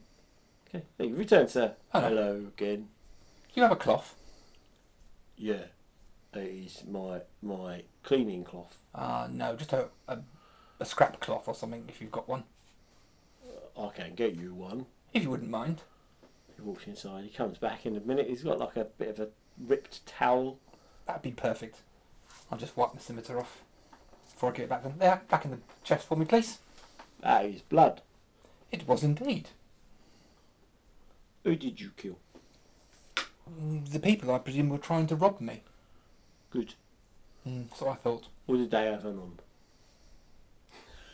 [SPEAKER 2] Okay. There you return, sir.
[SPEAKER 3] Hello.
[SPEAKER 2] again.
[SPEAKER 3] You have a cloth.
[SPEAKER 2] Yeah. It is my my cleaning cloth.
[SPEAKER 3] Uh, no, just a, a, a scrap cloth or something if you've got one.
[SPEAKER 2] I can get you one.
[SPEAKER 3] If you wouldn't mind.
[SPEAKER 2] He walks inside. He comes back in a minute. He's got like a bit of a ripped towel.
[SPEAKER 3] That'd be perfect. I'll just wipe the scimitar off before I get it back in there. Back in the chest for me, please.
[SPEAKER 2] That is blood.
[SPEAKER 3] It was indeed.
[SPEAKER 2] Who did you kill?
[SPEAKER 3] Mm, The people, I presume, were trying to rob me.
[SPEAKER 2] Good.
[SPEAKER 3] Mm, so I thought.
[SPEAKER 2] What did they have on?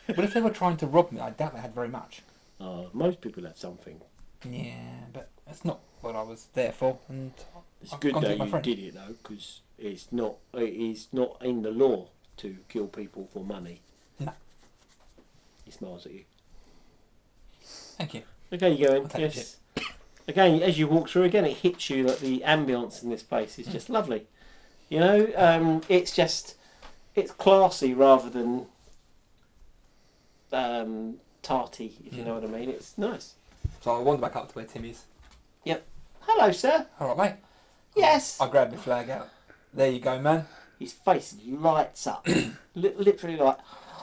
[SPEAKER 3] But if they were trying to rob me, I doubt they had very much.
[SPEAKER 2] Uh, most people had something.
[SPEAKER 3] Yeah, but that's not what I was there for. And
[SPEAKER 2] It's
[SPEAKER 3] I've
[SPEAKER 2] good
[SPEAKER 3] gone to
[SPEAKER 2] that
[SPEAKER 3] my
[SPEAKER 2] you
[SPEAKER 3] friend.
[SPEAKER 2] did it though, because it's not it is not in the law to kill people for money.
[SPEAKER 3] No.
[SPEAKER 2] He smiles at you.
[SPEAKER 3] thank you.
[SPEAKER 2] Okay, you go in.
[SPEAKER 3] I'll take
[SPEAKER 2] Yes. Again, as you walk through, again it hits you that the ambience in this place
[SPEAKER 3] Hmm.
[SPEAKER 2] is just lovely. You know, um, it's just it's classy rather than um, tarty, if you
[SPEAKER 3] Mm.
[SPEAKER 2] know what I mean. It's nice.
[SPEAKER 3] So I wander back up to where Tim is.
[SPEAKER 2] Hello, sir.
[SPEAKER 3] All right, mate.
[SPEAKER 2] Yes.
[SPEAKER 3] I grab the flag out. There you go, man.
[SPEAKER 2] His face lights up, Li- literally like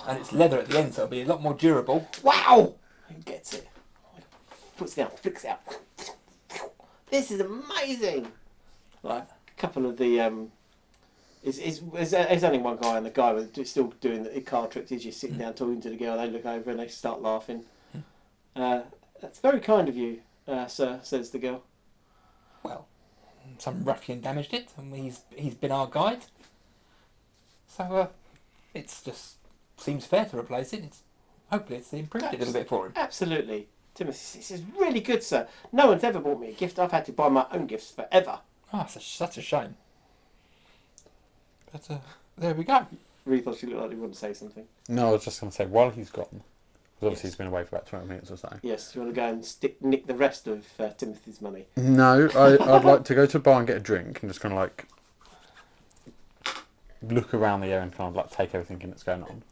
[SPEAKER 3] And it's leather at the end, so it'll be a lot more durable.
[SPEAKER 2] Wow! He gets it. Puts it out, flicks it out. This is amazing! Like, a couple of the. um is is there's there's only one guy and the guy was just still doing the card tricks. He's just sitting down talking to the girl. They look over and they start laughing. Uh, that's very kind of you, uh, sir," says the girl.
[SPEAKER 3] Well, some ruffian damaged it, and he's he's been our guide. So uh, it's just seems fair to replace it. It's hopefully it's improved it a little bit for him.
[SPEAKER 2] Absolutely, Timothy. This is really good, sir. No one's ever bought me a gift. I've had to buy my own gifts forever.
[SPEAKER 3] Ah, it's a, such a shame. But uh, there we go.
[SPEAKER 2] Really thought she looked like he wouldn't say something.
[SPEAKER 5] No, I was just going to say, while he's gone, 'cause obviously
[SPEAKER 2] Yes.
[SPEAKER 5] he's been away for about 20 minutes or so.
[SPEAKER 2] Yes, you want to go and stick nick the rest of uh, Timothy's money.
[SPEAKER 5] No, I, I'd like to go to a bar and get a drink and just kind of like look around the area and kind of like take everything in that's going on.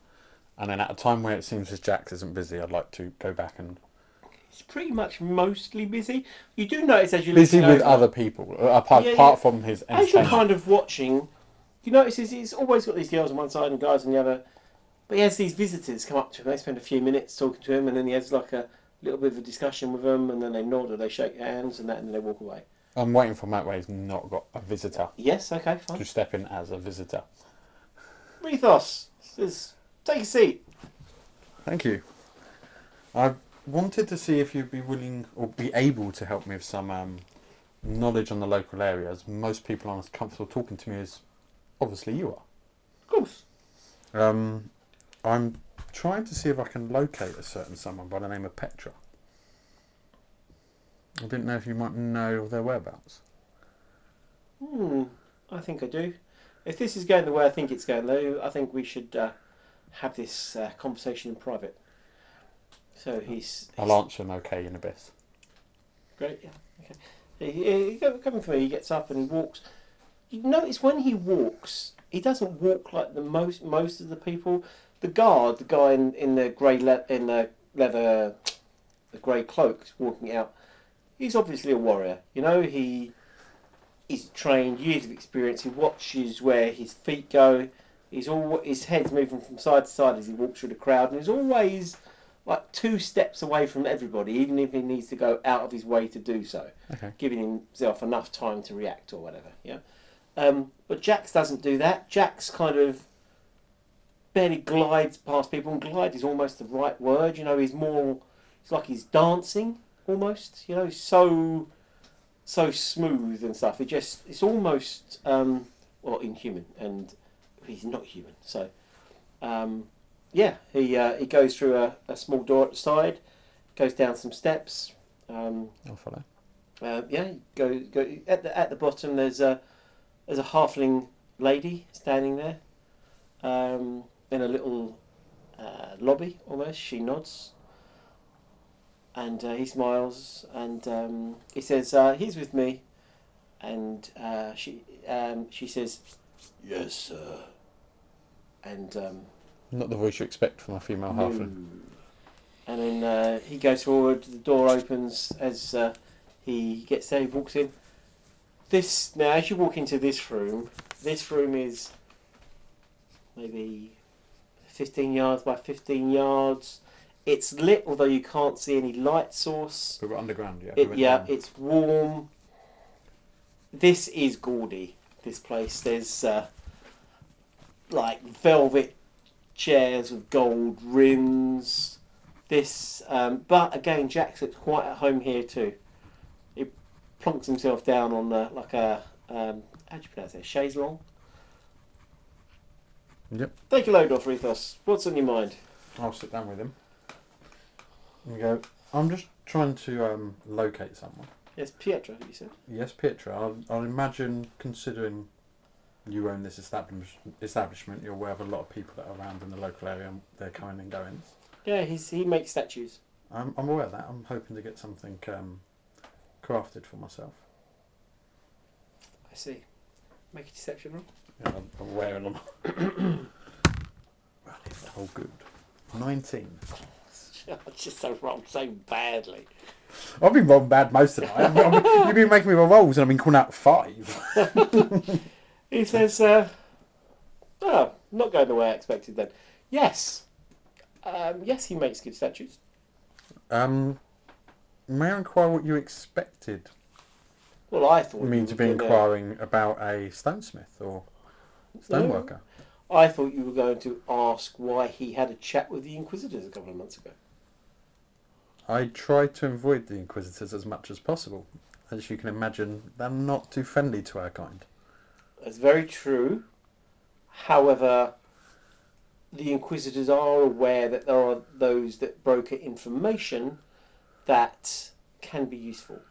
[SPEAKER 5] And then at a time where it seems as Jax isn't busy, I'd like to go back and
[SPEAKER 2] It's pretty much mostly busy. You do notice as you look
[SPEAKER 5] busy
[SPEAKER 2] it
[SPEAKER 5] with
[SPEAKER 2] over,
[SPEAKER 5] other people uh, apart
[SPEAKER 2] Yeah,
[SPEAKER 5] apart
[SPEAKER 2] yeah.
[SPEAKER 5] from his
[SPEAKER 2] as you're
[SPEAKER 5] entertainment.
[SPEAKER 2] kind of watching, you notice he's, he's always got these girls on one side and guys on the other. But he has these visitors come up to him. They spend a few minutes talking to him, and then he has like a little bit of a discussion with them, and then they nod or they shake hands and that, and then they walk away.
[SPEAKER 5] I'm waiting for Matt where he's not got a visitor
[SPEAKER 2] Yes, okay, fine.
[SPEAKER 5] to step in as a visitor.
[SPEAKER 2] Rethos says, "Take a seat."
[SPEAKER 5] Thank you. I wanted to see if you'd be willing or be able to help me with some um, knowledge on the local areas. Most people aren't as comfortable talking to me as obviously you are.
[SPEAKER 2] Of course.
[SPEAKER 5] Um, I'm trying to see if I can locate a certain someone by the name of Petra. I didn't know if you might know their whereabouts.
[SPEAKER 2] Hmm, I think I do. If this is going the way I think it's going, though, I think we should uh, have this uh, conversation in private. So he's,
[SPEAKER 5] I'll answer an okay in a bit.
[SPEAKER 2] great. Yeah, okay. He, he, he go- coming through, he gets up and he walks. You notice when he walks, he doesn't walk like the most most of the people. The guard, the guy in, in the grey le- in the leather, the grey cloak, is walking out. He's obviously a warrior. You know, he is trained, years of experience. He watches where his feet go. He's all his head's moving from side to side as he walks through the crowd, and he's always like two steps away from everybody, even if he needs to go out of his way to do so,
[SPEAKER 5] Okay.
[SPEAKER 2] giving himself enough time to react or whatever. Yeah. Um, but Jax doesn't do that. Jax kind of barely glides past people, and glide is almost the right word. You know, he's more. It's like he's dancing almost. You know, he's so so smooth and stuff. It just it's almost um, well inhuman, and he's not human. So um, yeah, he uh, he goes through a, a small door at the side, goes down some steps. Um,
[SPEAKER 5] I'll follow.
[SPEAKER 2] uh, yeah, go go at the at the bottom. There's a there's a halfling lady standing there um, in a little uh, lobby almost. She nods. and uh, he smiles and um, he says, uh, "He's with me," and uh, she um, she says, "Yes, sir," and um,
[SPEAKER 5] Not the voice you expect from a female halfling.
[SPEAKER 2] Hmm. and then uh, he goes forward. The door opens as uh, he gets there. He walks in. This now, as you walk into this room, this room is maybe fifteen yards by fifteen yards. It's lit, although you can't see any light source.
[SPEAKER 5] We were underground, yeah. we
[SPEAKER 2] It,
[SPEAKER 5] went
[SPEAKER 2] yeah,
[SPEAKER 5] down.
[SPEAKER 2] it's warm. This is gaudy. This place. There's uh, like velvet chairs with gold rims. This, um, but again, Jack's looks quite at home here too. He plonks himself down on the like a um, how do you pronounce it? Chaise longue.
[SPEAKER 5] Yep.
[SPEAKER 2] Take a load off, Rethos. What's on your mind?
[SPEAKER 5] I'll sit down with him. And go, I'm just trying to um, locate someone.
[SPEAKER 2] Yes, Pietro. You said.
[SPEAKER 5] Yes, Pietra, I'll, I'll imagine considering you own this establish, establishment, you're aware of a lot of people that are around in the local area and they're coming and going.
[SPEAKER 2] Yeah, he's he makes statues.
[SPEAKER 5] I'm, I'm aware of that. I'm hoping to get something um, crafted for myself.
[SPEAKER 2] I see. Make a deception roll.
[SPEAKER 5] Yeah, I'm, I'm wearing them. well, it's all good. 19.
[SPEAKER 2] I just so wrong so badly.
[SPEAKER 5] I've been wrong bad most of the night. I've been- you've been making me roll rolls and I've been calling out five.
[SPEAKER 2] He says, uh, "Oh, not going the way I expected." Then, yes, um, yes, he makes good statues.
[SPEAKER 5] Um, may I inquire what you expected
[SPEAKER 2] Well, I thought
[SPEAKER 5] I mean,
[SPEAKER 2] you
[SPEAKER 5] to
[SPEAKER 2] were
[SPEAKER 5] be
[SPEAKER 2] gonna-
[SPEAKER 5] inquiring about a stonesmith or stoneworker.
[SPEAKER 2] I thought you were going to ask why he had a chat with the inquisitors a couple of months ago.
[SPEAKER 5] I try to avoid the Inquisitors as much as possible. As you can imagine, they're not too friendly to our kind.
[SPEAKER 2] That's very true. However, the Inquisitors are aware that there are those that broker information that can be useful.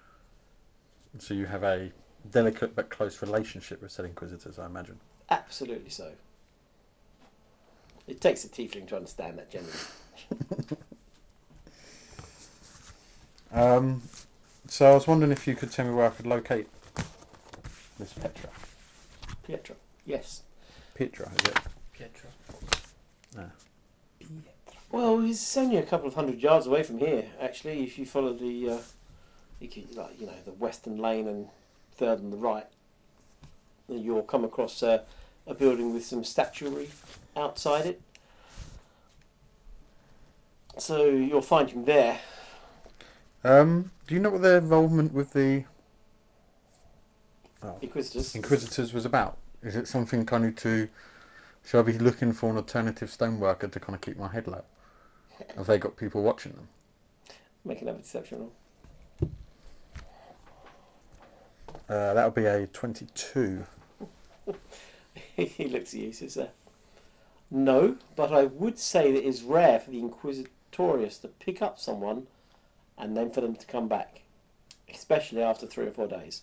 [SPEAKER 5] So you have a delicate but close relationship with said Inquisitors, I imagine.
[SPEAKER 2] Absolutely so. It takes a tiefling to understand that generally.
[SPEAKER 5] Um, so I was wondering if you could tell me where I could locate this Petra.
[SPEAKER 2] Pietro. Yes.
[SPEAKER 5] Petra, is it?
[SPEAKER 3] Pietro.
[SPEAKER 5] Ah.
[SPEAKER 2] Well, he's only a couple of hundred yards away from here, actually. If you follow the, uh, you can, like you know, the western lane and third on the right, then you'll come across uh, a building with some statuary outside it. So you'll find him there.
[SPEAKER 5] Um, do you know what their involvement with the
[SPEAKER 2] Inquisitors.
[SPEAKER 5] Inquisitors was about? Is it something I need to? Should I be looking for an alternative stoneworker to kind of keep my head low? Have they got people watching them?
[SPEAKER 2] Make another deception roll.
[SPEAKER 5] Uh, that would be a twenty-two.
[SPEAKER 2] he looks at you. Says, uh, "No, but I would say that it's rare for the Inquisitorius to pick up someone, and then for them to come back, especially after three or four days.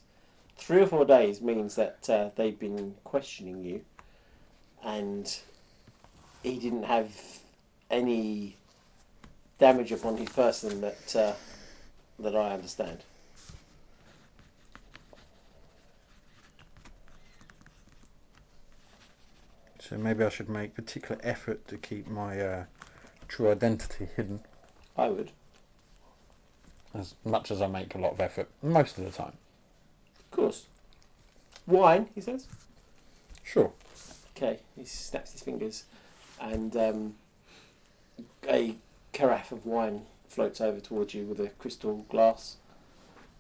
[SPEAKER 2] Three or four days means that uh, they've been questioning you, and he didn't have any damage upon his person that uh, that I understand."
[SPEAKER 5] So maybe I should make particular effort to keep my uh, true identity hidden.
[SPEAKER 2] I would.
[SPEAKER 5] As much as I make a lot of effort, most of the time.
[SPEAKER 2] Of course. Wine, he says.
[SPEAKER 5] Sure.
[SPEAKER 2] Okay, he snaps his fingers, and um, a carafe of wine floats over towards you with a crystal glass,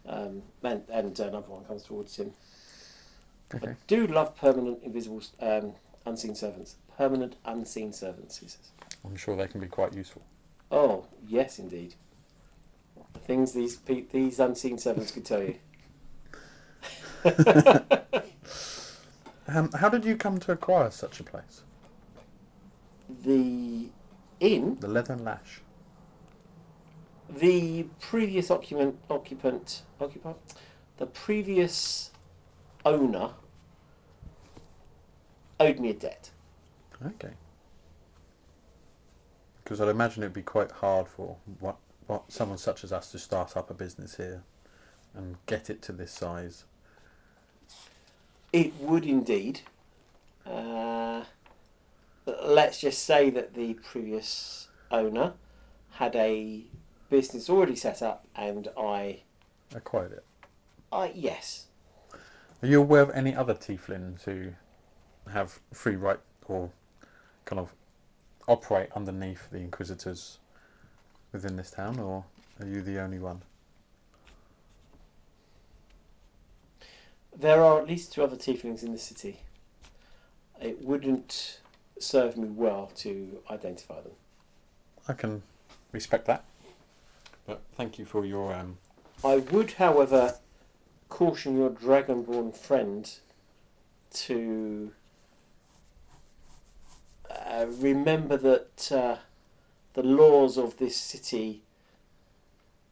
[SPEAKER 2] um, and, and another one comes towards him. I
[SPEAKER 5] Okay.
[SPEAKER 2] do love permanent invisible, um, unseen servants. Permanent unseen servants, he says.
[SPEAKER 5] I'm sure they can be quite useful.
[SPEAKER 2] Oh yes, indeed. The things these pe- these unseen servants could tell you.
[SPEAKER 5] Um, how did you come to acquire such a place?
[SPEAKER 2] The inn
[SPEAKER 5] The Leathern Lash.
[SPEAKER 2] The previous occupant, occupant, occupant, the previous owner owed me a debt.
[SPEAKER 5] Okay. Because I'd imagine it'd be quite hard for what what someone such as us to start up a business here and get it to this size.
[SPEAKER 2] It would indeed. Uh, let's just say that the previous owner had a business already set up, and I,
[SPEAKER 5] Acquired it.
[SPEAKER 2] I yes,
[SPEAKER 5] Are you aware of any other tieflings who have free right or kind of operate underneath the inquisitors within this town, or are you the only one?
[SPEAKER 2] there are at least two other tieflings in the city. It wouldn't serve me well to identify them.
[SPEAKER 5] I can respect that. But thank you for your um.
[SPEAKER 2] I would, however, caution your dragonborn friend to uh, remember that uh, the laws of this city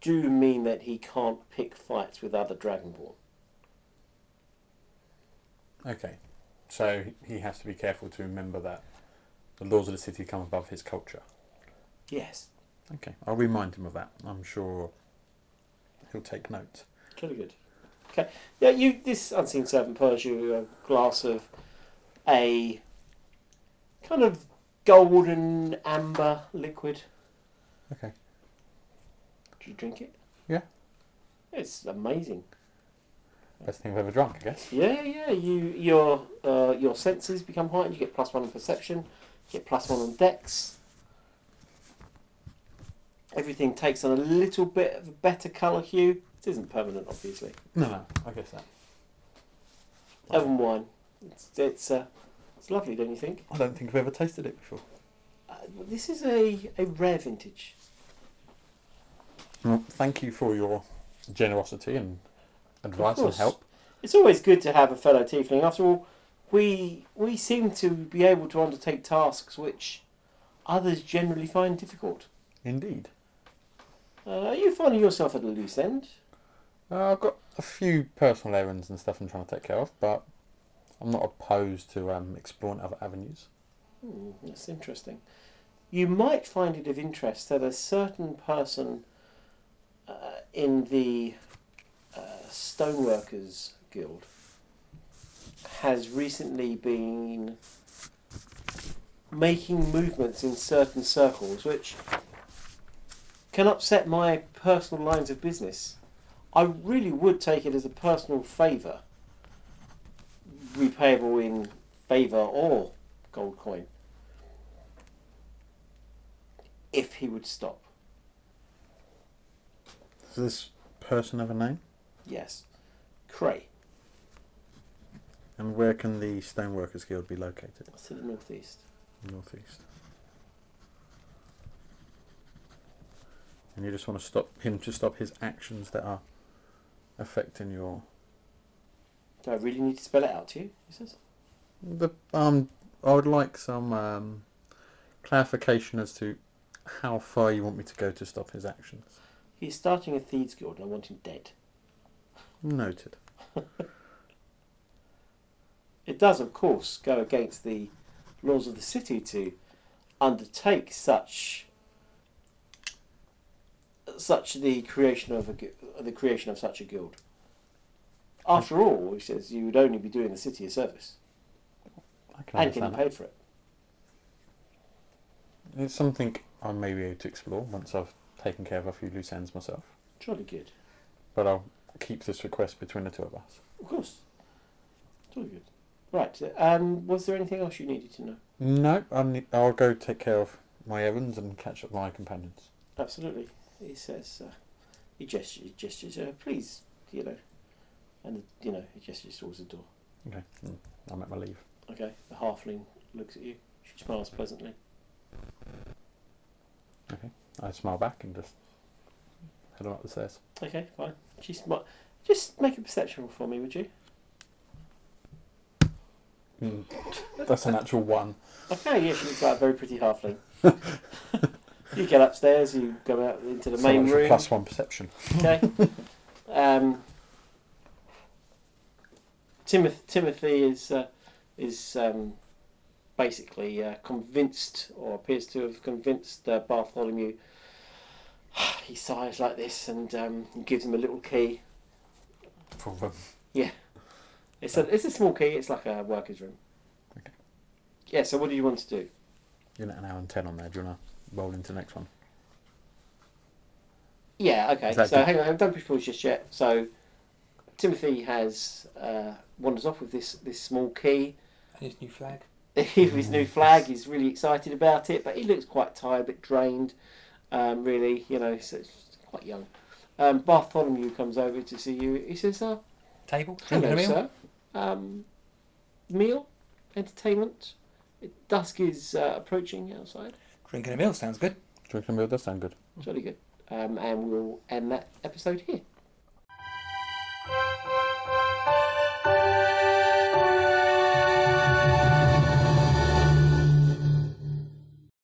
[SPEAKER 2] do mean that he can't pick fights with other dragonborn.
[SPEAKER 5] Okay, so he has to be careful to remember that the laws of the city come above his culture.
[SPEAKER 2] Yes,
[SPEAKER 5] Okay, I'll remind him of that. I'm sure he'll take note.
[SPEAKER 2] jolly good. Okay, yeah, you. This unseen servant pours you a glass of a kind of golden amber liquid.
[SPEAKER 5] Okay.
[SPEAKER 2] Did you drink it?
[SPEAKER 5] Yeah.
[SPEAKER 2] It's amazing.
[SPEAKER 5] Best thing I've ever drunk, I guess.
[SPEAKER 2] Yeah, yeah. You your uh, your senses become heightened. You get plus one on perception. You get plus one on dex. Everything takes on a little bit of a better colour hue. It isn't permanent, obviously.
[SPEAKER 5] No, no, I guess that.
[SPEAKER 2] Elven wine. It's it's uh, it's lovely, don't you think?
[SPEAKER 5] I don't think I've ever tasted it before.
[SPEAKER 2] Uh, this is a, a rare vintage.
[SPEAKER 5] Well, thank you for your generosity and advice and
[SPEAKER 2] course.
[SPEAKER 5] help.
[SPEAKER 2] It's always good to have a fellow tiefling. After all, we we seem to be able to undertake tasks which others generally find difficult.
[SPEAKER 5] Indeed.
[SPEAKER 2] Uh, are you finding yourself at a loose end?
[SPEAKER 5] Uh, I've got a few personal errands and stuff I'm trying to take care of, but I'm not opposed to um, exploring other avenues.
[SPEAKER 2] Hmm, that's interesting. You might find it of interest that a certain person uh, in the uh, Stoneworkers Guild has recently been making movements in certain circles which can upset my personal lines of business. I really would take it as a personal favour, repayable in favour or gold coin if he would stop.
[SPEAKER 5] Does this person have a name?
[SPEAKER 2] Yes. Cray,
[SPEAKER 5] And where can the Stoneworkers Guild be located?
[SPEAKER 2] to the northeast.
[SPEAKER 5] Northeast. And you just want to stop him to stop his actions that are affecting your
[SPEAKER 2] Do I really need to spell it out to you? He says.
[SPEAKER 5] The um, I would like some um, clarification as to how far you want me to go to stop his actions.
[SPEAKER 2] He's starting a thieves guild and I want him dead.
[SPEAKER 5] Noted.
[SPEAKER 2] It does, of course, go against the laws of the city to undertake such such the creation of a gu- the creation of such a guild. After all, he says, you would only be doing the city a service
[SPEAKER 5] I can
[SPEAKER 2] and getting
[SPEAKER 5] understand.
[SPEAKER 2] paid for it.
[SPEAKER 5] that. It's something I may be able to explore once I've taken care of a few loose ends myself.
[SPEAKER 2] Jolly good.
[SPEAKER 5] But I'll keep this request between the two of us.
[SPEAKER 2] Of course. It's all good. Right. Um, was there anything else you needed to know?
[SPEAKER 5] No, I need, I'll go take care of my errands and catch up with my companions.
[SPEAKER 2] Absolutely. He says. Uh, he gestures. He gestures. Uh, please, you know, and you know, he gestures towards the door.
[SPEAKER 5] Okay, mm, I'm at my leave.
[SPEAKER 2] Okay. The halfling looks at you. She smiles pleasantly.
[SPEAKER 5] I smile back and just head on up the stairs.
[SPEAKER 2] Okay. Fine. She smiles. Just make a perception roll for me, would you?
[SPEAKER 5] Mm. That's a natural one.
[SPEAKER 2] Okay. Yeah. She looks like a very pretty halfling. you get upstairs. You go out into the
[SPEAKER 5] So
[SPEAKER 2] main
[SPEAKER 5] much for
[SPEAKER 2] room.
[SPEAKER 5] Plus one perception.
[SPEAKER 2] Okay. um, Timothy, Timothy is uh, is um, basically uh, convinced, or appears to have convinced uh, Bartholomew He sighs like this and um, gives him a little key.
[SPEAKER 5] For um,
[SPEAKER 2] It's a, it's a small key. It's like a worker's room.
[SPEAKER 5] Okay.
[SPEAKER 2] Yeah. So what do you want to do?
[SPEAKER 5] you're at an hour and ten on there. Do you want to roll into the next one?
[SPEAKER 2] Yeah. Okay.
[SPEAKER 5] Is that
[SPEAKER 2] So
[SPEAKER 5] good?
[SPEAKER 2] hang on. Don't push pause just yet. So Timothy has uh, wanders off with this this small key.
[SPEAKER 3] And his new flag.
[SPEAKER 2] his new flag. He's really excited about it, but he looks quite tired, a bit drained. Um, really, you know, so it's quite young. Um, Bartholomew comes over to see you. He says, uh,
[SPEAKER 3] Table. Drinking
[SPEAKER 2] "Hello,
[SPEAKER 3] a meal.
[SPEAKER 2] sir. Um, meal, entertainment. Dusk is uh, approaching outside.
[SPEAKER 3] Drinking a meal sounds good.
[SPEAKER 5] Drinking a meal does sound good.
[SPEAKER 2] Jolly good. Um, and we'll end that episode here.